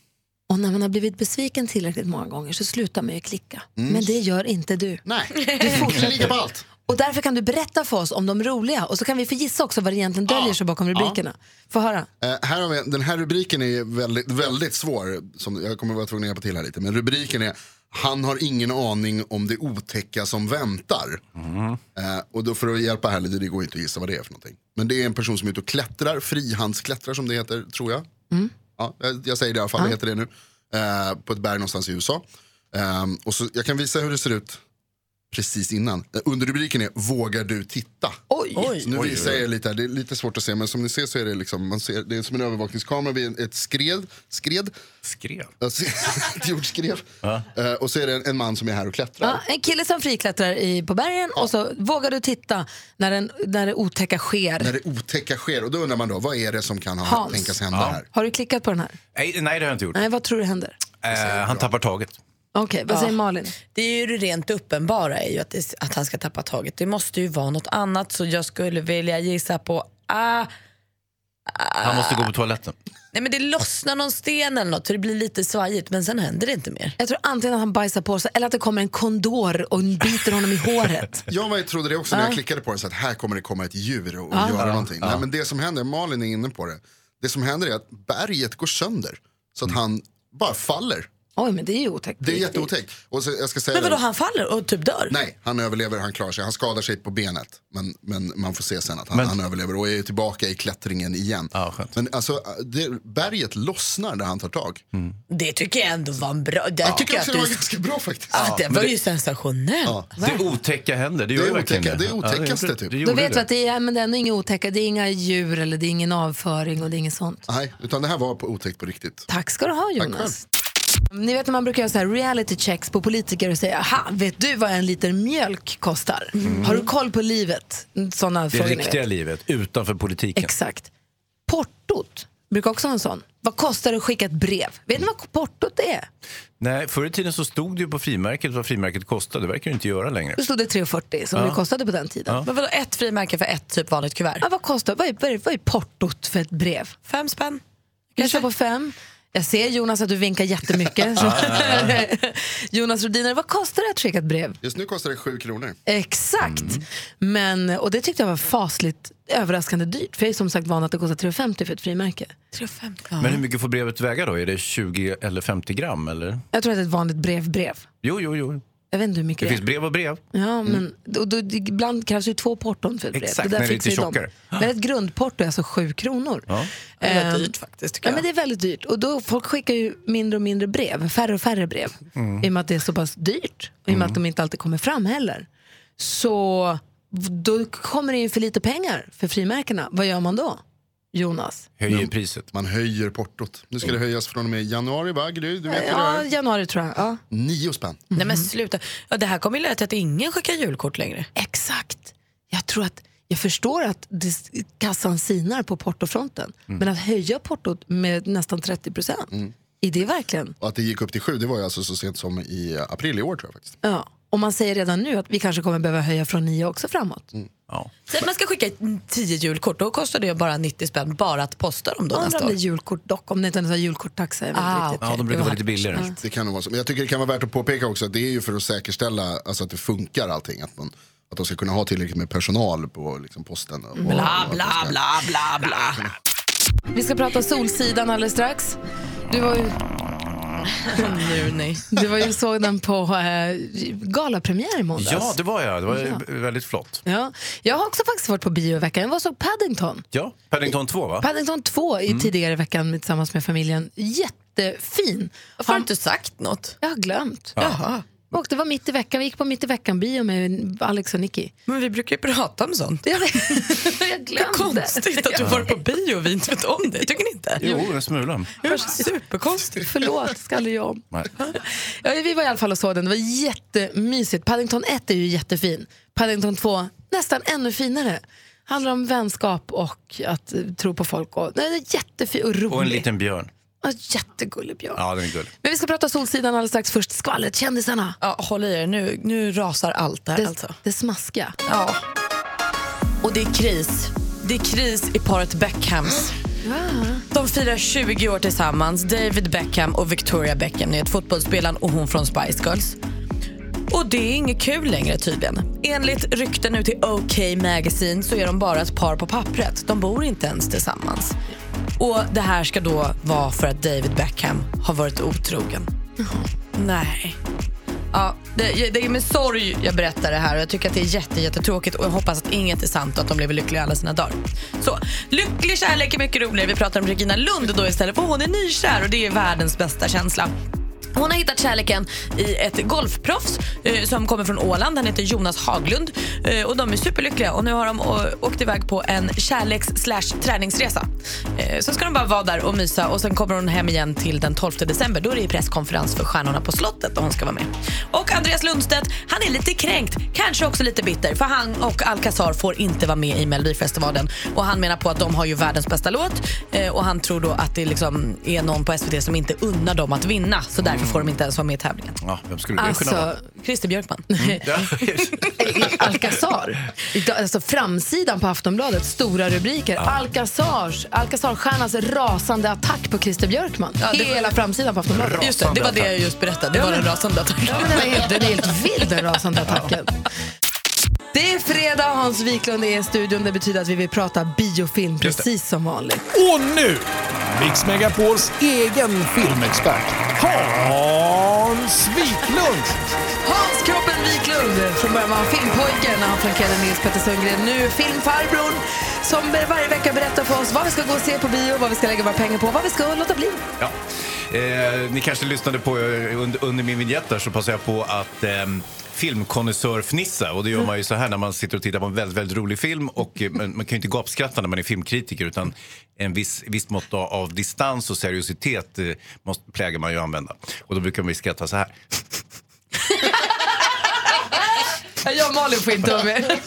Och när man har blivit besviken tillräckligt många gånger så slutar man ju klicka.
Mm.
Men det gör inte du.
Nej.
Du
Klicka
fortsätter.
på allt.
Och därför kan du berätta för oss om de roliga och så kan vi få gissa också vad det egentligen döljer sig bakom rubrikerna. Få höra.
Eh, här har vi, den här rubriken är ju väldigt, väldigt svår. Som, jag kommer vara tvungen att hjälpa till här lite. Men rubriken är Han har ingen aning om det otäcka som väntar. Eh, och då för att hjälpa här lite, det går ju inte att gissa vad det är för någonting. Men det är en person som är ute och klättrar, frihandsklättrar som det heter, tror jag. Ja, jag, jag säger det i alla fall, det heter det nu. Eh, på ett berg någonstans i USA. Ehm, och så, jag kan visa hur det ser ut precis innan. Eh, Underrubriken är Vågar du titta?
Oj!
Så nu
Oj,
visar
oj, oj.
jag lite här, det är lite svårt att se men som ni ser så är det liksom, man ser, det är som en övervakningskamera vid en- ett skred. Skred? eh,
Skred?
ett jordskred. Eh, och så är det en, en man som är här och klättrar.
Ja, en kille som friklättrar i, på bergen och så vågar du titta när, den, när det otäcka sker.
När det otäcka sker och då undrar man då, vad är det som kan ha,
Hans.
tänkas hända
Ja.
här?
Har du klickat på den här?
Nej, nej, det har jag inte gjort.
Nej, vad tror du händer?
Eh, han tappar taget.
Okej, vad säger Malin?
Det är ju det rent uppenbara är ju att, det, att han ska tappa taget. Det måste ju vara något annat så jag skulle vilja gissa på ah,
Han måste gå på toaletten.
Ah.
nej men det lossnar någon sten eller något så det blir lite svajigt men sen händer det inte mer.
Jag tror antingen att han bajsar på sig eller att det kommer en kondor och biter honom i håret.
Jag var, trodde det också när jag
Ja.
klickade på det, så att här kommer det komma ett djur och
Ja.
göra
Ja,
någonting.
ja.
Nej, men det som händer, Malin är inne på det, det som händer är att berget går sönder. Så att han bara faller.
Oj, men det är ju otäckt.
Det är jätteotäckt. Och så, jag ska säga
Men vadå
det-
han faller och typ dör?
Nej, han överlever, han klarar sig. Han skadar sig på benet. Men, men man får se sen att han, han överlever och är ju tillbaka i klättringen igen. men alltså, det, berget lossnar när han tar tag.
Det tycker jag ändå var en bra... Det
Jag
tycker
tycker
jag att
också det var
du-
ganska bra faktiskt.
Ah, det
Ja, men
var
det-
ju sensationellt.
Det otäcka händer. Det,
Det
gör
är
ju verkligen
otäcka- det är
Ja, gjorde-
otäckaste, typ.
det
Då
gjorde
vet vi
det.
att det är, men det är ändå inga otäcka, det är inga djur eller det är ingen avföring och det är inget sånt.
Nej, utan det här var på otäckt på riktigt.
Tack ska du ha Jonas. Ni vet när man brukar göra så här reality checks på politiker och säga, aha, vet du vad en liter mjölk kostar?
Mm.
Har du koll på livet? Sådana
Det
frågor ni
riktiga
vet.
livet utanför politiken.
Exakt. Portot brukar också ha en sån. Vad kostar det att skicka ett brev? Vet ni vad portot är?
Nej, förr i tiden så stod det ju på frimärket vad frimärket kostade. Det verkar ju inte göra längre.
Mm.
Då stod det 3,40 som
Ja.
det kostade på den tiden.
Ja. Men
vadå ett frimärke för ett typ vanligt kuvert?
Ja, vad, kostar, vad, är, vad, är, vad är portot för ett brev?
Fem spänn.
Jag kör på fem. Jag ser Jonas att du vinkar jättemycket. Så.
Ja, ja,
Jonas Rodiner, vad kostar det att skicka ett brev?
Just nu kostar det sju kronor.
Exakt.
Mm.
Men, och det tyckte jag var fasligt överraskande dyrt. För jag är som sagt van att det kostar 3,50 för ett frimärke.
3,50?
Men hur mycket får brevet väga då? Är det 20 eller 50 gram eller?
Jag tror att det är ett vanligt brevbrev.
Jo, jo, jo.
Jag vet inte hur mycket
Det
det,
finns brev och brev.
är. Ja, men, och då, ibland krävs ju två porton för ett brev.
Exakt,
Det där
när det är
fixar
lite
ju de.
tjockare.
Men ett grundporto är alltså 7 kronor.
Ja.
Det är
Ehm,
dyrt faktiskt tycker
Ja,
jag.
men det är väldigt dyrt. Och då, folk skickar ju mindre och mindre brev, färre och färre brev.
Mm.
I och med att det är så pass dyrt och i och med att de inte alltid kommer fram heller. Så då kommer det ju för lite pengar för frimärkena. Vad gör man då? Jonas?
Höjer
Mm.
priset.
Man höjer portot. Nu ska det höjas från och med januari, va? Gry? Du vet hur det
Ja,
är.
januari tror jag. Ja.
Nio spänn.
Nej men sluta. Ja, det här kommer ju leda till att ingen skickar julkort längre.
Exakt. Jag tror att jag förstår att det, kassan sinar på portofronten. Men att höja portot med nästan 30 procent, är det verkligen...
Och att det gick upp till sju, det var ju alltså så sent som i april i år tror jag faktiskt.
Ja. Och man säger redan nu att vi kanske kommer behöva höja från 9 också framåt.
Ja.
Säg att man ska skicka 10 julkort, då kostar det ju bara 90 spänn bara att posta dem då
Undrar
nästa
om
år.
det är julkort dock, om det inte ens har julkorttaxa. Jag vet inte riktigt.
Ja, de brukar vara lite billigare.
Det kan nog vara så. Men jag tycker det kan vara värt att påpeka också att det är ju för att säkerställa alltså, att det funkar allting. Att, man, att de ska kunna ha tillräckligt med personal på liksom, posten. Och,
Bla, bla, bla, bla, bla.
Vi ska prata Solsidan alldeles strax. Du var ju,
Mm, nu, nej.
du var ju såg den på eh, galapremiär i måndags.
Ja, det var jag. Det var
Ja.
väldigt flott.
Ja. Jag har också faktiskt varit på bio i veckan. Jag var och såg Paddington.
Ja, Paddington 2 va?
Paddington 2
Mm.
i tidigare i veckan med- tillsammans med familjen. Jättefin.
Varför har du inte sagt något?
Jag har glömt.
Ja.
Och det var mitt i veckan, vi gick på mitt i veckan-bio med Alex och Nicky.
Men vi brukar ju prata om sånt.
Jag, jag glömde.
Konstigt att du var på bio och vi inte vet om det, tycker ni inte?
Jo, en smula.
Det är Superkonstigt.
Förlåt, ska aldrig göra om.
Nej.
Ja, vi var i alla fall och såg den, det var jättemysigt. Paddington 1 är ju jättefin, Paddington 2 nästan ännu finare. Handlar om vänskap och att eh, tro på folk. Och, nej, det är jättefin och rolig.
Och en liten björn.
Ja, jättegullig björn.
Ja, den är gullig.
Men vi ska prata Solsidan alldeles strax. Först skvallret, kändisarna.
Ja, håll i er, nu, nu rasar allt där
Det,
alltså.
det smaskiga.
Ja. Och det är kris. Det är kris i paret Beckhams. De firar 20 år tillsammans, David Beckham och Victoria Beckham. Ni vet fotbollsspelaren och hon från Spice Girls. Och det är inget kul längre tydligen. Enligt rykten nu till OK Magazine så är de bara ett par på pappret. De bor inte ens tillsammans. Och det här ska då vara för att David Beckham har varit otrogen. Nej. Ja, det, det är med sorg jag berättar det här och jag tycker att det är jätte, jättetråkigt och jag hoppas att inget är sant och att de lever lyckliga alla sina dagar. Så, lycklig kärlek är mycket roligare. Vi pratar om Regina Lund då istället för hon är nykär och det är världens bästa känsla. Hon har hittat kärleken i ett golfproffs eh, som kommer från Åland. Han heter Jonas Haglund eh, och de är superlyckliga och nu har de eh, åkt iväg på en kärleks slash träningsresa. Eh, så ska de bara vara där och mysa och sen kommer hon hem igen till den 12 december. Då är det ju presskonferens för Stjärnorna på slottet och hon ska vara med. Och Andreas Lundstedt, han är lite kränkt, kanske också lite bitter för han och Alcazar får inte vara med i Melodifestivalen och han menar på att de har ju världens bästa låt eh, och han tror då att det liksom är någon på SVT som inte unnar dem att vinna så därför får de inte ens vara med i tävlingen.
Ja, vem skulle det kunna vara?
Alltså,
Christer Björkman. Mm.
Alcazar. Idag- Alltså framsidan på Aftonbladet, stora rubriker. Alcazars, Alcazar-stjärnans rasande attack på Christer Björkman.
Ja, det var-
Hela framsidan på Aftonbladet.
Just det, det var det jag just berättade. Det var den rasande attacken.
Ja, men den är helt, den är helt vild, den rasande attacken. Det är fredag, Hans Wiklund är i studion. Det betyder att vi vill prata biofilm
Just det.
precis som vanligt.
Och nu, Mix Megapols egen filmexpert, Hans Wiklund.
Hans Kroppen Wiklund! Från början var han filmpojken när han flankerade Nils Petter Sundgren. Nu är filmfarbrorn som varje vecka berättar för oss vad vi ska gå och se på bio, vad vi ska lägga våra pengar på, vad vi ska låta bli.
Ja. Eh, ni kanske lyssnade på eh, under, under min vignett där så passade jag på att eh, filmkonnässörfnissa och det gör man ju så här när man sitter och tittar på en väldigt, väldigt rolig film och eh, man, man kan ju inte gapskratta när man är filmkritiker utan en viss, visst mått av, av distans och seriositet eh, måste, plägar man ju använda och då brukar man ju skratta så här.
Jag och Malin får inte vara med.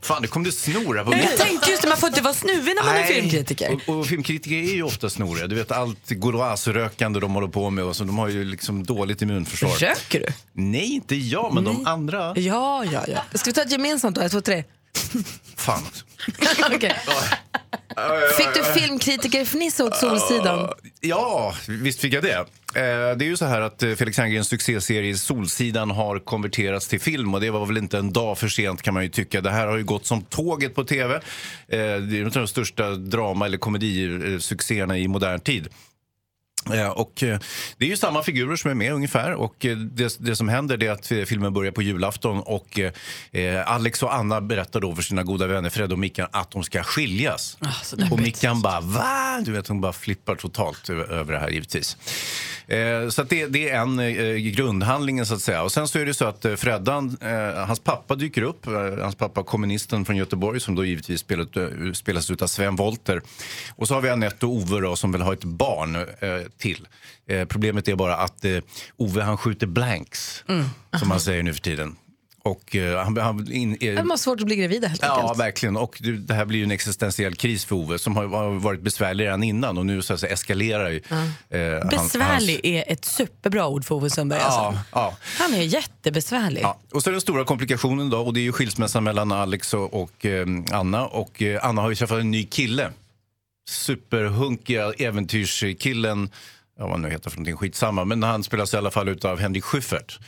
Fan, nu kom du snora på mig.
Jag tänkte just det, man får inte vara snuvig när man är
Nej.
filmkritiker.
Och, och filmkritiker är ju ofta snoriga. Du vet allt goroasrökande de håller på med och så de har ju liksom dåligt immunförsvar.
Röker du?
Nej, inte jag, men de andra.
Ja, ja, ja.
Ska vi ta ett gemensamt då? Ett, två, tre.
Fan.
Okej. Fick du filmkritikerfniss åt Solsidan?
Ja, visst fick jag det. Eh, Det är ju så här att eh, Felix Herngrens succéserie Solsidan har konverterats till film och det var väl inte en dag för sent kan man ju tycka. Det här har ju gått som tåget på tv. Eh, Det är en av de största drama eller komedisuccéerna i modern tid. Eh, Och eh, det är ju samma figurer som är med ungefär och eh, det, det som händer det är att eh, filmen börjar på julafton och eh, Alex och Anna berättar då för sina goda vänner Fred och Mickan att de ska skiljas. och Mickan bara va? Du vet hon bara flippar totalt ö- över det här givetvis. Eh, så att det, det är en eh, grundhandlingen så att säga. Och sen så är det så att eh, Freddan, eh, hans pappa dyker upp. Eh, hans pappa kommunisten från Göteborg som då givetvis spelat, eh, spelas ut av Sven Wollter. Och så har vi Anette och Ove då, som vill ha ett barn eh, till. Eh, problemet är bara att eh, Ove han skjuter blanks, som man säger nu för tiden. Och eh, han, han in, eh,
De har svårt att bli gravida helt enkelt.
Ja, verkligen. Och du- det här blir ju en existentiell kris för Ove som har har varit besvärlig redan innan och nu så att säga, eskalerar ju. eh, han-
Besvärlig är ett superbra ord för Ove Sundberg.
Ja,
Alltså.
ja.
Han är jättebesvärlig.
Ja. Och så är den stora komplikationen då, och det är ju skilsmässan mellan Alex och, och eh, Anna. Och eh, Anna har ju träffat en ny kille. Superhunkiga äventyrskillen, ja, vad nu heter för någonting, skitsamma. Men han spelas i alla fall utav Henrik Schyffert.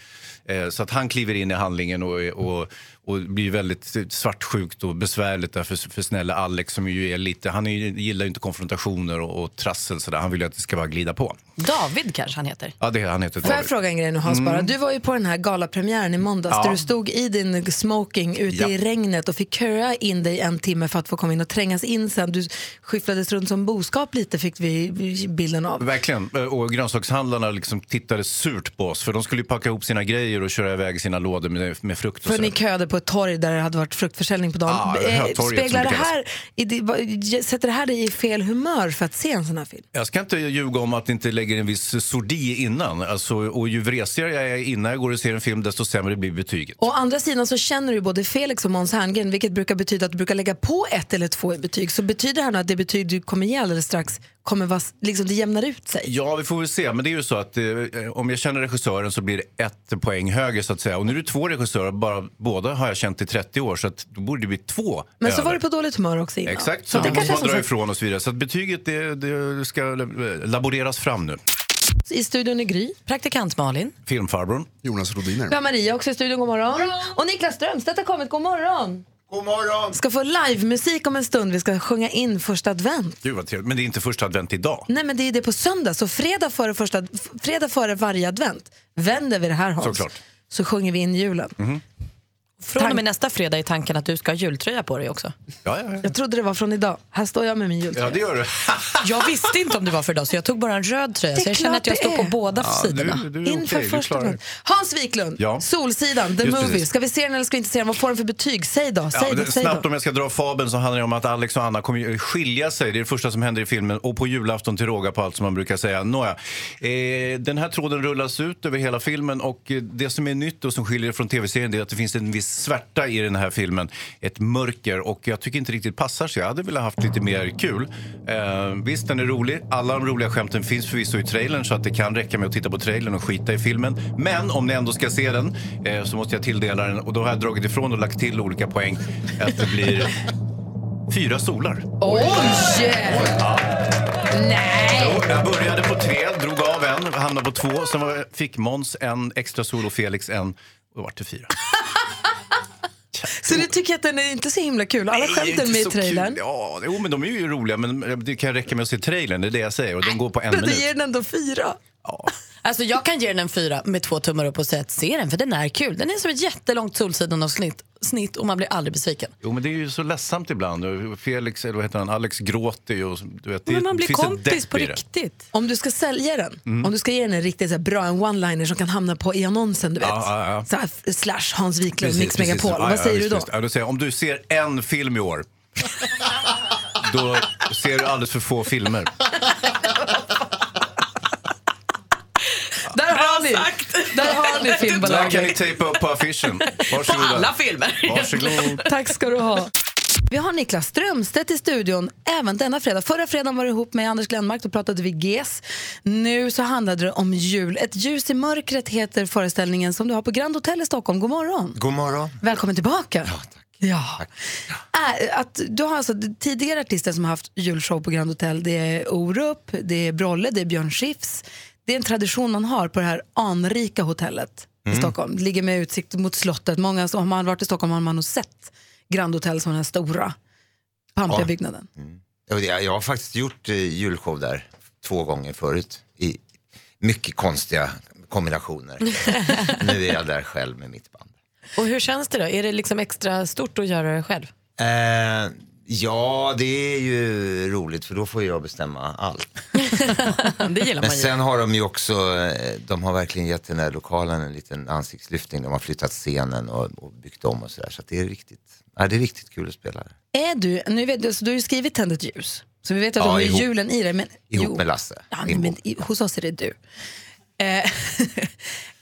Eh, så att han kliver in i handlingen och, och, Och det blir väldigt svartsjukt och besvärligt där för, för snälla Alex som ju är lite, han är, ju- gillar ju inte konfrontationer och, och trassel sådär. Han vill ju att det ska bara glida på.
David kanske han heter.
Ja, det han heter
Får jag
David.
fråga en grej nu Hans bara?
Mm.
Du var ju på den här galapremiären i måndags
Ja.
där du stod i din smoking ute
Ja.
i regnet och fick köra in dig en timme för att få komma in och trängas in sen. Du skifflades runt som boskap lite fick vi bilden av.
Verkligen. Eh, Och grönsakshandlarna liksom tittade surt på oss för de skulle ju packa ihop sina grejer och köra iväg sina lådor med, med frukt och
För
så.
ni köade på ett torg där det hade varit fruktförsäljning på dagen.
Ja,
Eh,
Hötorget som
Speglar det
det kallas.
här, i, di- vad- sätter det här dig i fel humör för att se en sån här film?
Jag ska inte ljuga om att det inte lägger en viss sordi innan. Alltså, och ju vresigare jag är innan jag går och ser en film, desto sämre blir betyget.
Å andra sidan så känner du både Felix och Måns Herngren vilket brukar betyda att du brukar lägga på ett eller två i betyg. Så betyder det här nu att det betyg du kommer ge alldeles strax kommer vara, s- liksom det jämnar ut sig?
Ja, vi får väl se. Men det är ju så att eh, om jag känner regissören så blir det ett poäng högre så att säga. Och nu är det två regissörer, bara, båda har jag känt i 30 år så att då borde det bli två
Men så
över.
var du på dåligt humör också innan.
Exakt,
så
så
det
vi måste
kanske är
man
som
dra
sagt,
ifrån och så vidare. Så att betyget det, det ska eh, laboreras fram nu.
i studion i Gry. Praktikant Malin.
Filmfarbrorn.
Jonas
Vi
Rodiner.
har Maria också i studion, god morgon. Och Niklas Strömstedt har kommit, god morgon.
God morgon.
Ska få livemusik om en stund, vi ska sjunga in första advent.
Gud vad trevligt. Men det är inte första advent idag.
Nej men det är det på söndag, så fredag före, första, f- fredag före varje advent vänder vi det här Hans.
Såklart. Mhm.
Så sjunger vi in julen.
Från och med nästa fredag är tanken att du ska ha jultröja på dig också.
Ja, ja,
Jag trodde det var från idag. Här står jag med min jultröja.
ja det gör du.
Jag visste inte om det var för idag så jag tog bara en röd tröja
Det är
så jag
klart
känner att jag
det
står på
är.
båda
Ja, du-
sidorna.
du är Inför okej, du första klarar det. Hans Wiklund,
Ja.
Solsidan, The
Just
Movie.
precis.
Ska vi se den eller ska vi inte se den? Vad får den för betyg? Säg då, säg
Ja,
då,
det-
säg
snabbt
då.
om jag ska dra fabeln så handlar det om att Alex och Anna kommer ju skilja sig. Det är det första som händer i filmen. Och på julafton till råga på allt som man brukar säga. Nåja. Eh, den här tråden rullas ut över hela filmen och eh, det som är nytt och som skiljer det från tv-serien det är att det finns en viss svärta i den här filmen. Ett mörker och jag tycker inte riktigt passar sig. Jag hade velat haft lite mer kul. Eh, visst, den är rolig. Alla de roliga skämten finns förvisso i trailern så att det kan räcka med att titta på trailern och skita i filmen. Men om ni ändå ska se den eh, så måste jag tilldela den och då har jag dragit ifrån och lagt till olika poäng. Att det blir fyra solar.
Oj!
Jo,
Nej!
jag började på tre, drog av en, hamnade på två. Sen var, fick Måns en, extra sol och Felix en. Och då vart det fyra.
Så du tycker att den är inte så himla kul? Alla
Nej, det är
skämten
inte
med i
så kul.
trailern.
Ja, jo, men de är ju roliga. Men det kan räcka med att se trailern, det är det jag säger. Och den går på en
Men det
minut.
ger den ändå fyra.
Alltså jag kan ge den en fyra med två tummar upp och säga att se den för den är kul. Den är som ett jättelångt Solsidan-avsnitt snitt och man blir aldrig besviken.
Jo, men det är ju så ledsamt ibland. Och Felix, eller vad heter han, Alex gråter ju. och Du vet, det
Men man blir
finns ett
kompis
depp
på
i det.
riktigt.
Om du ska sälja den,
Mm.
om du ska ge den en riktigt så här bra en one-liner som kan hamna på i annonsen, du vet.
Ja, ja, ja.
Så här, f- slash Hans Wiklund,
Precis,
Mix
precis.
Megapol.
Ja,
Vad
ja,
säger
visst,
du då?
visst. Ja, då säger jag, om du ser en film i år, då ser du alldeles för få filmer.
Där har ni, där har ni
Där kan ni
filmbolaget.
tejpa upp på affischen. Varsågoda. Varsågod.
Tack ska du ha. Vi har Niklas Strömstedt i studion även denna fredag. Förra fredagen var du ihop med Anders Glenmark, då pratade vi GES. Nu så handlade det om jul. Ett ljus i mörkret heter föreställningen som du har på Grand Hotel i Stockholm. God morgon.
God morgon.
Välkommen tillbaka. Ja, tack. Ja. Äh, att du har alltså tidigare artister som har haft julshow på Grand Hotel. Det är Orup, det är Brolle, det är Björn Skifs. Det är en tradition man har på det här anrika hotellet i
Mm.
Stockholm. Det ligger med utsikt mot slottet. Många som har man varit i Stockholm har man nog sett Grand Hotel som den här stora pampiga
Ja.
byggnaden.
Och det- Jag har faktiskt gjort eh, julshow där två gånger förut. I mycket konstiga kombinationer. nu är jag där själv med mitt band.
Och hur känns det då? Är det liksom extra stort att göra det själv?
Eh, ja, det är ju roligt för då får jag bestämma allt.
Det gillar
Men
man ju.
sen har de ju också, eh, de har verkligen gett den här lokalen en liten ansiktslyftning. De har flyttat scenen och, och byggt om och sådär. Så att det är riktigt, ja, det är riktigt kul att spela där.
Är du, nu vet, du- så du har ju skrivit Tänd ett ljus, så vi vet att
Ja,
du har ju
ihop-
julen i dig. Men,
Ihop
jo.
med Lasse.
Ja, nej, men, i, hos oss är det du. Eh,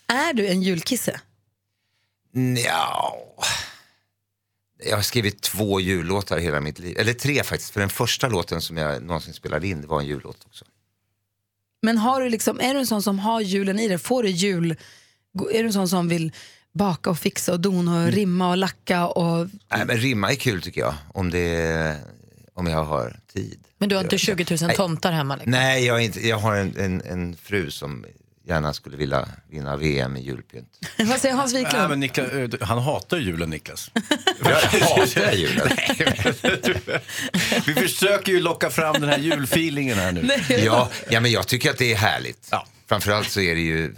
är du en julkisse?
Nja. Jag har skrivit två jullåtar hela mitt liv. Eller tre faktiskt. För den första låten som jag någonsin spelade in, det var en jullåt också.
Men har du liksom, är du en sån som har julen i dig? Får du jul? Är du en sån som vill baka och fixa och dona och rimma och lacka? Och,
Nej, men rimma är kul tycker jag. Om, det, om jag har tid.
Men du har inte 20 000
Nej.
tomtar hemma? Liksom.
Nej, jag, är inte, jag har en, en, en fru som gärna skulle vilja vinna VM i julpynt.
Vad säger Hans
Nej,
Wiklund?
men Niklas, eh, han hatar julen, Niklas.
Jag hatar julen.
Vi försöker ju locka fram den här julfeelingen här nu.
Ja, ja, men jag tycker att det är härligt. Framförallt så är det ju,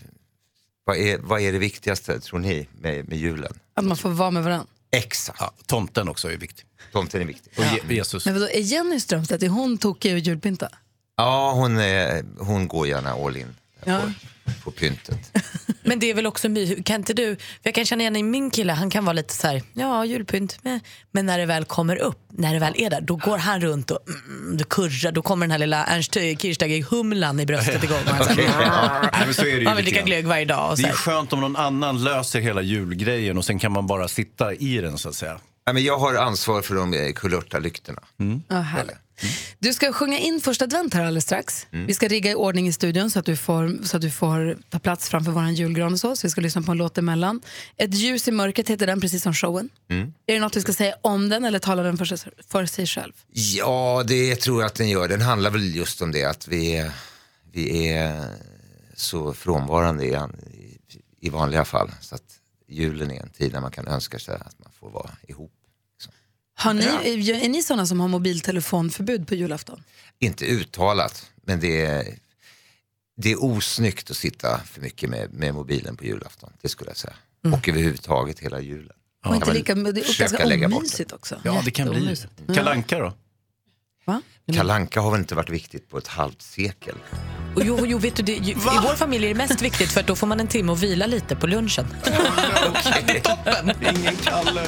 vad är, vad är det viktigaste tror ni med, med julen?
Att man får vara med varandra.
Exakt.
tomten också är viktig.
Tomten är viktig.
Och Jesus.
Men vadå, är Jenny Strömstedt, är hon tokig och julpynta?
Ja, hon, är, Eh, hon går gärna all in
Ja.
på pyntet.
Men det är väl också mysigt, kan inte du, för jag kan känna igen i min kille, han kan vara lite så här, ja julpynt, men, men när det väl kommer upp, när det väl är där, då går han runt och mm, du kurrar, då kommer den här lilla Ernst Kirchsteiger-humlan i bröstet igång. och han så här,
Okej. Ja, men så är det ju
Man
lite
vill dricka
grann.
glögg varje dag. Och så
Det är
här.
skönt om någon annan löser hela julgrejen och sen kan man bara sitta i den så att säga.
Ja, men jag har ansvar för de eh, kulörta lyktorna.
Ja, härligt. Du ska sjunga in första advent här alldeles strax. Vi ska rigga i ordning i studion så att du får, så att du får ta plats framför våran julgran och så. Så vi ska lyssna på en låt emellan. Ett ljus i mörkret heter den, precis som showen.
Mm.
Är det något vi ska säga om den eller talar den för sig, för sig själv?
Ja, det tror jag att den gör. Den handlar väl just om det att vi är, vi är så frånvarande i, i vanliga fall. Så att julen är en tid när man kan önska sig att man får vara ihop.
Har ni, eh, är, är ni sådana som har mobiltelefonförbud på julafton?
Inte uttalat, men det är, det är osnyggt att sitta för mycket med, med mobilen på julafton. Det skulle jag säga.
Mm.
Och överhuvudtaget hela julen.
Och
Kan
inte
man
lika, det är
försöka
ganska
lägga bort
omysigt också.
Ja, det kan bli.
Jätteomysigt.
det. Kalanka då?
Va?
Kalanka har väl inte varit viktigt på ett halvt sekel?
Och jo, jo, vet du, det, ju, I vår familj är det mest viktigt för att då får man en timme och vila lite på lunchen.
Ingen Kalle.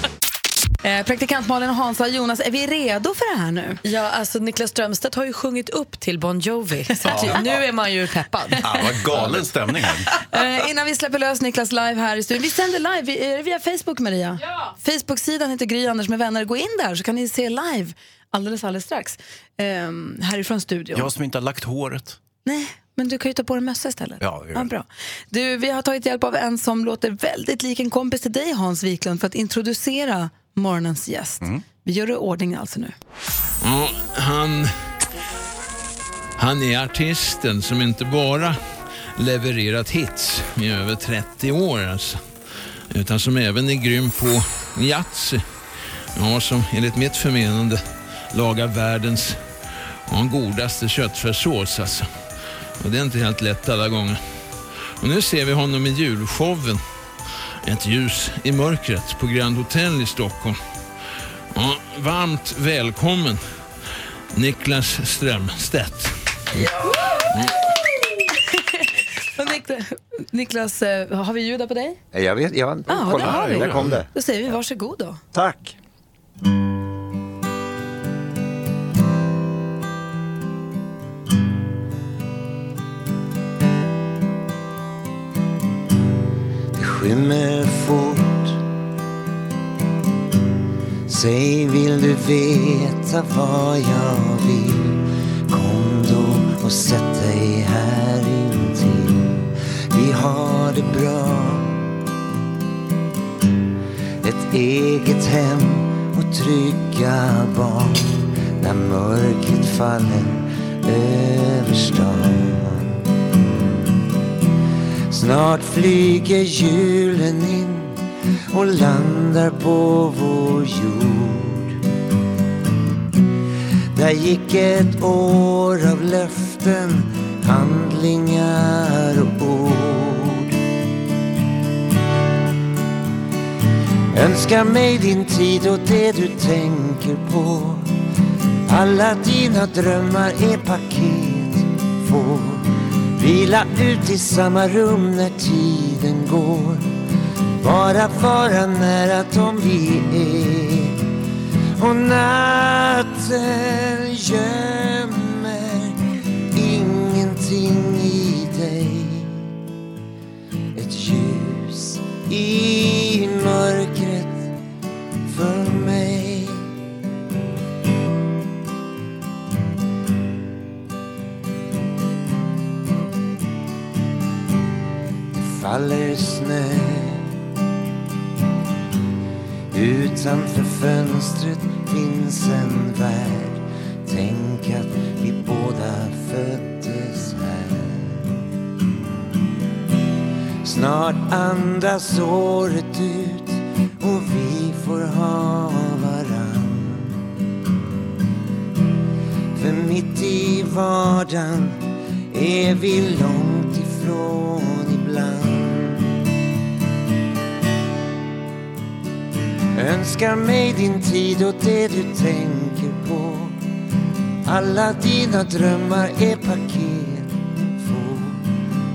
Eh, praktikant Malin och Hansa och Jonas, är vi redo för det här nu?
Ja, alltså Niklas Strömstedt har ju sjungit upp till Bon Jovi. Så att
Ja.
nu är man ju peppad.
Ah, vad galen stämning här.
Eh, innan vi släpper lös Niklas live här i studion. Vi sänder live, vi- är det via Facebook Maria? Ja! Facebook-sidan heter Gry Anders med vänner. Gå in där så kan ni se live alldeles, alldeles strax. Eh, härifrån studion.
Jag som inte har lagt håret.
Nej, men du kan ju ta på dig mössa istället.
Ja, det gör
Ja,
jag.
bra. Du, vi har tagit hjälp av en som låter väldigt lik en kompis till dig Hans Wiklund för att introducera morgonens gäst.
Mm.
Vi gör det i ordning alltså nu.
Ja, han, han är artisten som inte bara levererat hits i över 30 år alltså, utan som även är grym på Yatzy. Ja, som enligt mitt förmenande lagar världens ja, godaste köttfärssås alltså. Och det är inte helt lätt alla gånger. Och nu ser vi honom i julshowen. Ett ljus i mörkret på Grand Hotel i Stockholm. Ja, varmt välkommen, Niklas Strömstedt.
Och Niklas, Niklas, eh, har vi ljud där på dig?
Nej, Eh, Jag vet, jag,
Ja,
kolla,
det har vi.
där kom det.
Då säger vi varsågod då.
Tack.
Det skymmer fort Säg vill du veta vad jag vill Kom då och sätt dig här intill Vi har det bra Ett eget hem och trygga barn När mörkret faller över stan Snart flyger julen in och landar på vår jord. Där gick ett år av löften, handlingar och ord. Önskar mig din tid och det du tänker på. Alla dina drömmar är paket, får Vila ut i samma rum när tiden går Bara vara nära dem vi är Och natten gömmer ingenting i dig Ett ljus i mörkret för mig faller snö Utanför fönstret finns en värld Tänk att vi båda föddes här Snart andas året ut och vi får ha varann. För mitt i vardagen är vi långt ifrån ibland. Önskar mig din tid och det du tänker på. Alla dina drömmar är paket. Få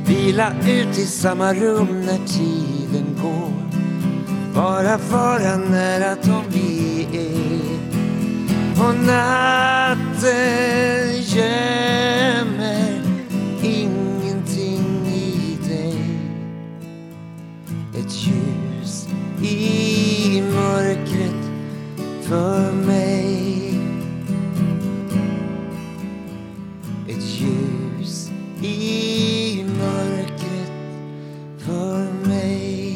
vila ut i samma rum när tiden går. Bara vara nära dem vi är. Och natten gömmer ingenting i dig. Ett ljus i mörkret för mig. Ett ljus i mörkret för mig.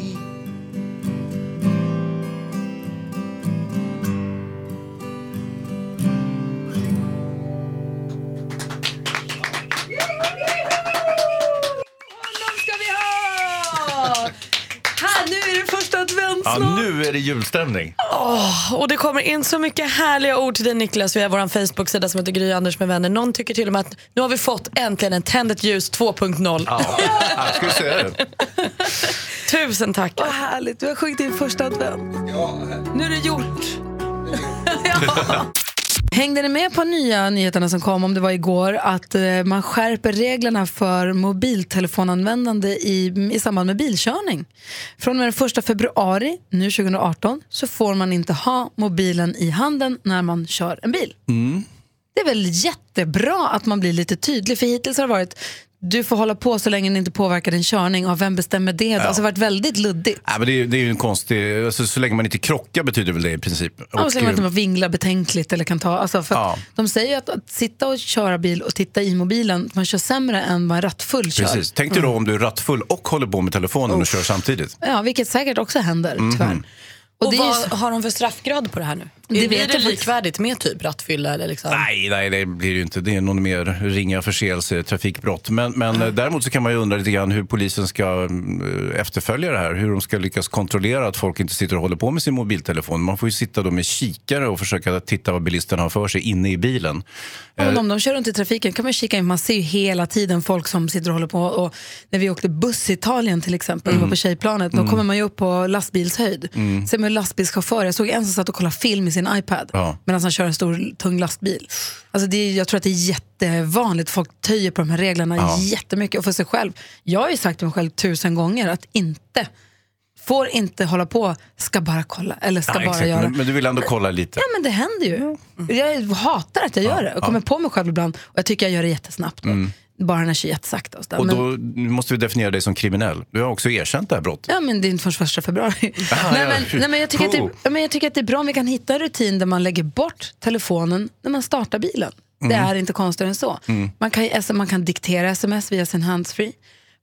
Här, nu är det första advent
Ja,
snart.
nu är det julstämning.
Åh, och det kommer in så mycket härliga ord till dig Niklas via vår Facebook-sida som heter Gry Anders med vänner. Någon tycker till och med att nu har vi fått äntligen en Tänd ett ljus 2.0.
Jag skulle säga det.
Tusen tack.
Vad härligt, du har sjungit din första advent. Nu är det gjort. Hängde ni med på nya nyheterna som kom, om det var igår, att eh, man skärper reglerna för mobiltelefonanvändande i, i samband med bilkörning? Från och med den 1 februari nu 2018 så får man inte ha mobilen i handen när man kör en bil.
Mm.
Det är väl jättebra att man blir lite tydlig, för hittills har det varit du får hålla på så länge det inte påverkar din körning och vem bestämmer det? Ja. Alltså, det har varit väldigt luddigt.
Nej, men det, är, det är ju en konstig... Alltså, så länge man inte krockar betyder väl det i princip.
Ja, Och så länge man
eh,
inte man vinglar betänkligt eller kan ta... Alltså för att De säger ju att, att sitta och köra bil och titta i mobilen, man kör sämre än vad en rattfull kör.
Precis. Tänk dig då om du är rattfull och håller på med telefonen och kör samtidigt.
Ja, vilket säkert också händer, tyvärr.
Mhm.
Och,
Och
det är ju
vad har de för straffgrad på det här nu?
Det
Det
vet
Blir
jag
det
faktiskt.
likvärdigt med typ rattfylla? Eller liksom?
Nej, nej, det blir det ju inte. Det är någon mer ringa förseelse, trafikbrott. Men, men eh, däremot så kan man ju undra lite grann hur polisen ska mm, efterfölja det här. Hur de ska lyckas kontrollera att folk inte sitter och håller på med sin mobiltelefon. Man får ju sitta då med kikare och försöka titta vad bilisterna har för sig inne i bilen.
Ja,
Eh,
men om de kör runt i trafiken kan man kika in, man ser ju hela tiden folk som sitter och håller på. Och när vi åkte buss i Italien till exempel, mm. var på tjejplanet, då
Mm.
kommer man ju upp på lastbilshöjd.
Mm.
Ser man lastbilschaufförer, jag såg en som satt och kollade film i sin iPad
Ja.
medan han kör en stor tung lastbil. Alltså det är, jag tror att det är jättevanligt, folk töjer på de här reglerna
Ja.
jättemycket. Och för sig själv, jag har ju sagt till mig själv tusen gånger att inte, får inte hålla på, ska bara kolla eller ska
ja,
bara
exakt.
göra.
Men, men du vill ändå kolla lite.
Ja men det händer ju. Mm. Jag hatar att jag gör det. Jag kommer på mig själv ibland och jag tycker jag gör det jättesnabbt.
Mm.
Bara när jag kör jättesakta och sådär.
Och
Men,
då nu måste vi definiera dig som kriminell. Du har också erkänt det här brottet.
Ja men det är inte förrän första februari.
Ah,
nej,
ja.
men, nej, men jag tycker att det,
Oh.
ja, men jag tycker att det är bra om vi kan hitta en rutin där man lägger bort telefonen när man startar bilen. Det
Mm.
är inte konstigare än så.
Mm.
Man, kan, ju s- man kan diktera sms via sin handsfree.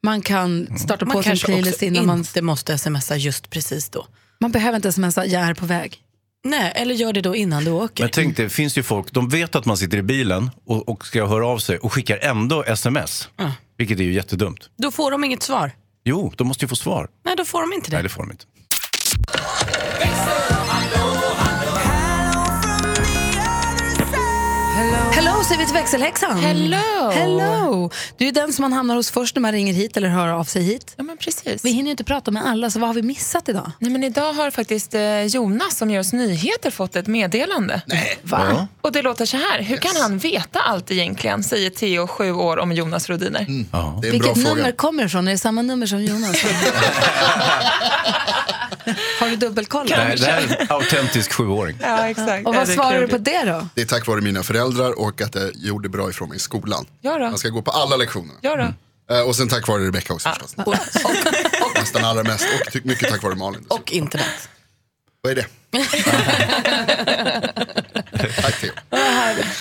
Man kan starta
Man
på sin
kanske
playlist
också
innan man...
inte måste smsa just precis då.
Man behöver inte smsa, jag är på väg.
Nej, eller gör det då innan du åker.
Men tänk dig, det finns ju folk, de vet att man sitter i bilen och, och ska höra av sig och skickar ändå sms.
Ja.
Vilket är ju jättedumt.
Då får de inget svar.
Jo, de måste ju få svar.
Nej, då får de inte det.
Nej, det får de inte.
Hello säger vi till växelhäxan.
Hello.
Hello! Du är den som man hamnar hos först när man ringer hit eller hör av sig hit.
Ja, men precis.
Vi hinner ju inte prata med alla, så vad har vi missat idag?
Nej, men idag har faktiskt eh, Jonas som gör oss nyheter fått ett meddelande. Nej.
Va? Ja.
Och det låter så här. Hur kan han veta allt egentligen? Säger Theo, sju år, om Jonas Rodiner.
Det
Vilket nummer kommer det ifrån? Är det samma nummer som Jonas? har du dubbelkollat?
Nej, det här är en autentisk sjuåring.
Ja, exakt.
Och
Ja,
vad
det är
svarar du
klurigt.
på det då?
Det är tack vare mina föräldrar och att jag gjorde bra ifrån mig i skolan.
Ja då.
Man ska gå på alla lektioner.
Ja då.
Eh, Och sen tack vare Rebecka också förstås. Nästan allra mest och ty- mycket tack vare Malin.
Och internet.
Vad är det?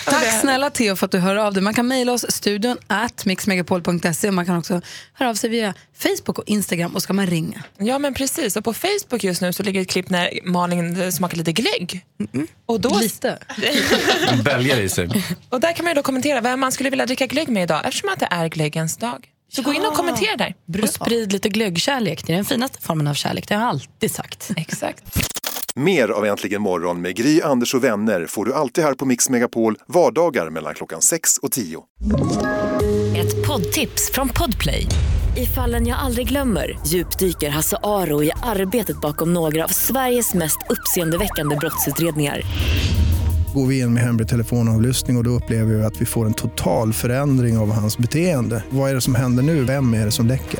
Tack snälla Theo för att du hör av dig. Man kan mejla oss studion at mixmegapol.se och man kan också höra av sig via Facebook och Instagram och ska man ringa.
Ja, men precis. Och på Facebook just nu så ligger ett klipp när Malin eh, smakar lite glögg. Och då...
Lite.
En bälgar i sig.
och där kan man ju då kommentera vem man skulle vilja dricka glögg med idag eftersom att det är glöggens dag.
Så gå in och kommentera där. Och sprid lite glöggkärlek. Det är den finaste formen av kärlek, det har jag alltid sagt.
Exakt.
Mer av Äntligen morgon med Gry, Anders och vänner får du alltid här på Mix Megapol vardagar mellan klockan 6 och 10.
Ett poddtips från Podplay. I fallen jag aldrig glömmer djupdyker Hasse Aro i arbetet bakom några av Sveriges mest uppseendeväckande brottsutredningar.
Går vi in med hemlig telefonavlyssning och, och då upplever vi att vi får en total förändring av hans beteende. Vad är det som händer nu? Vem är det som läcker?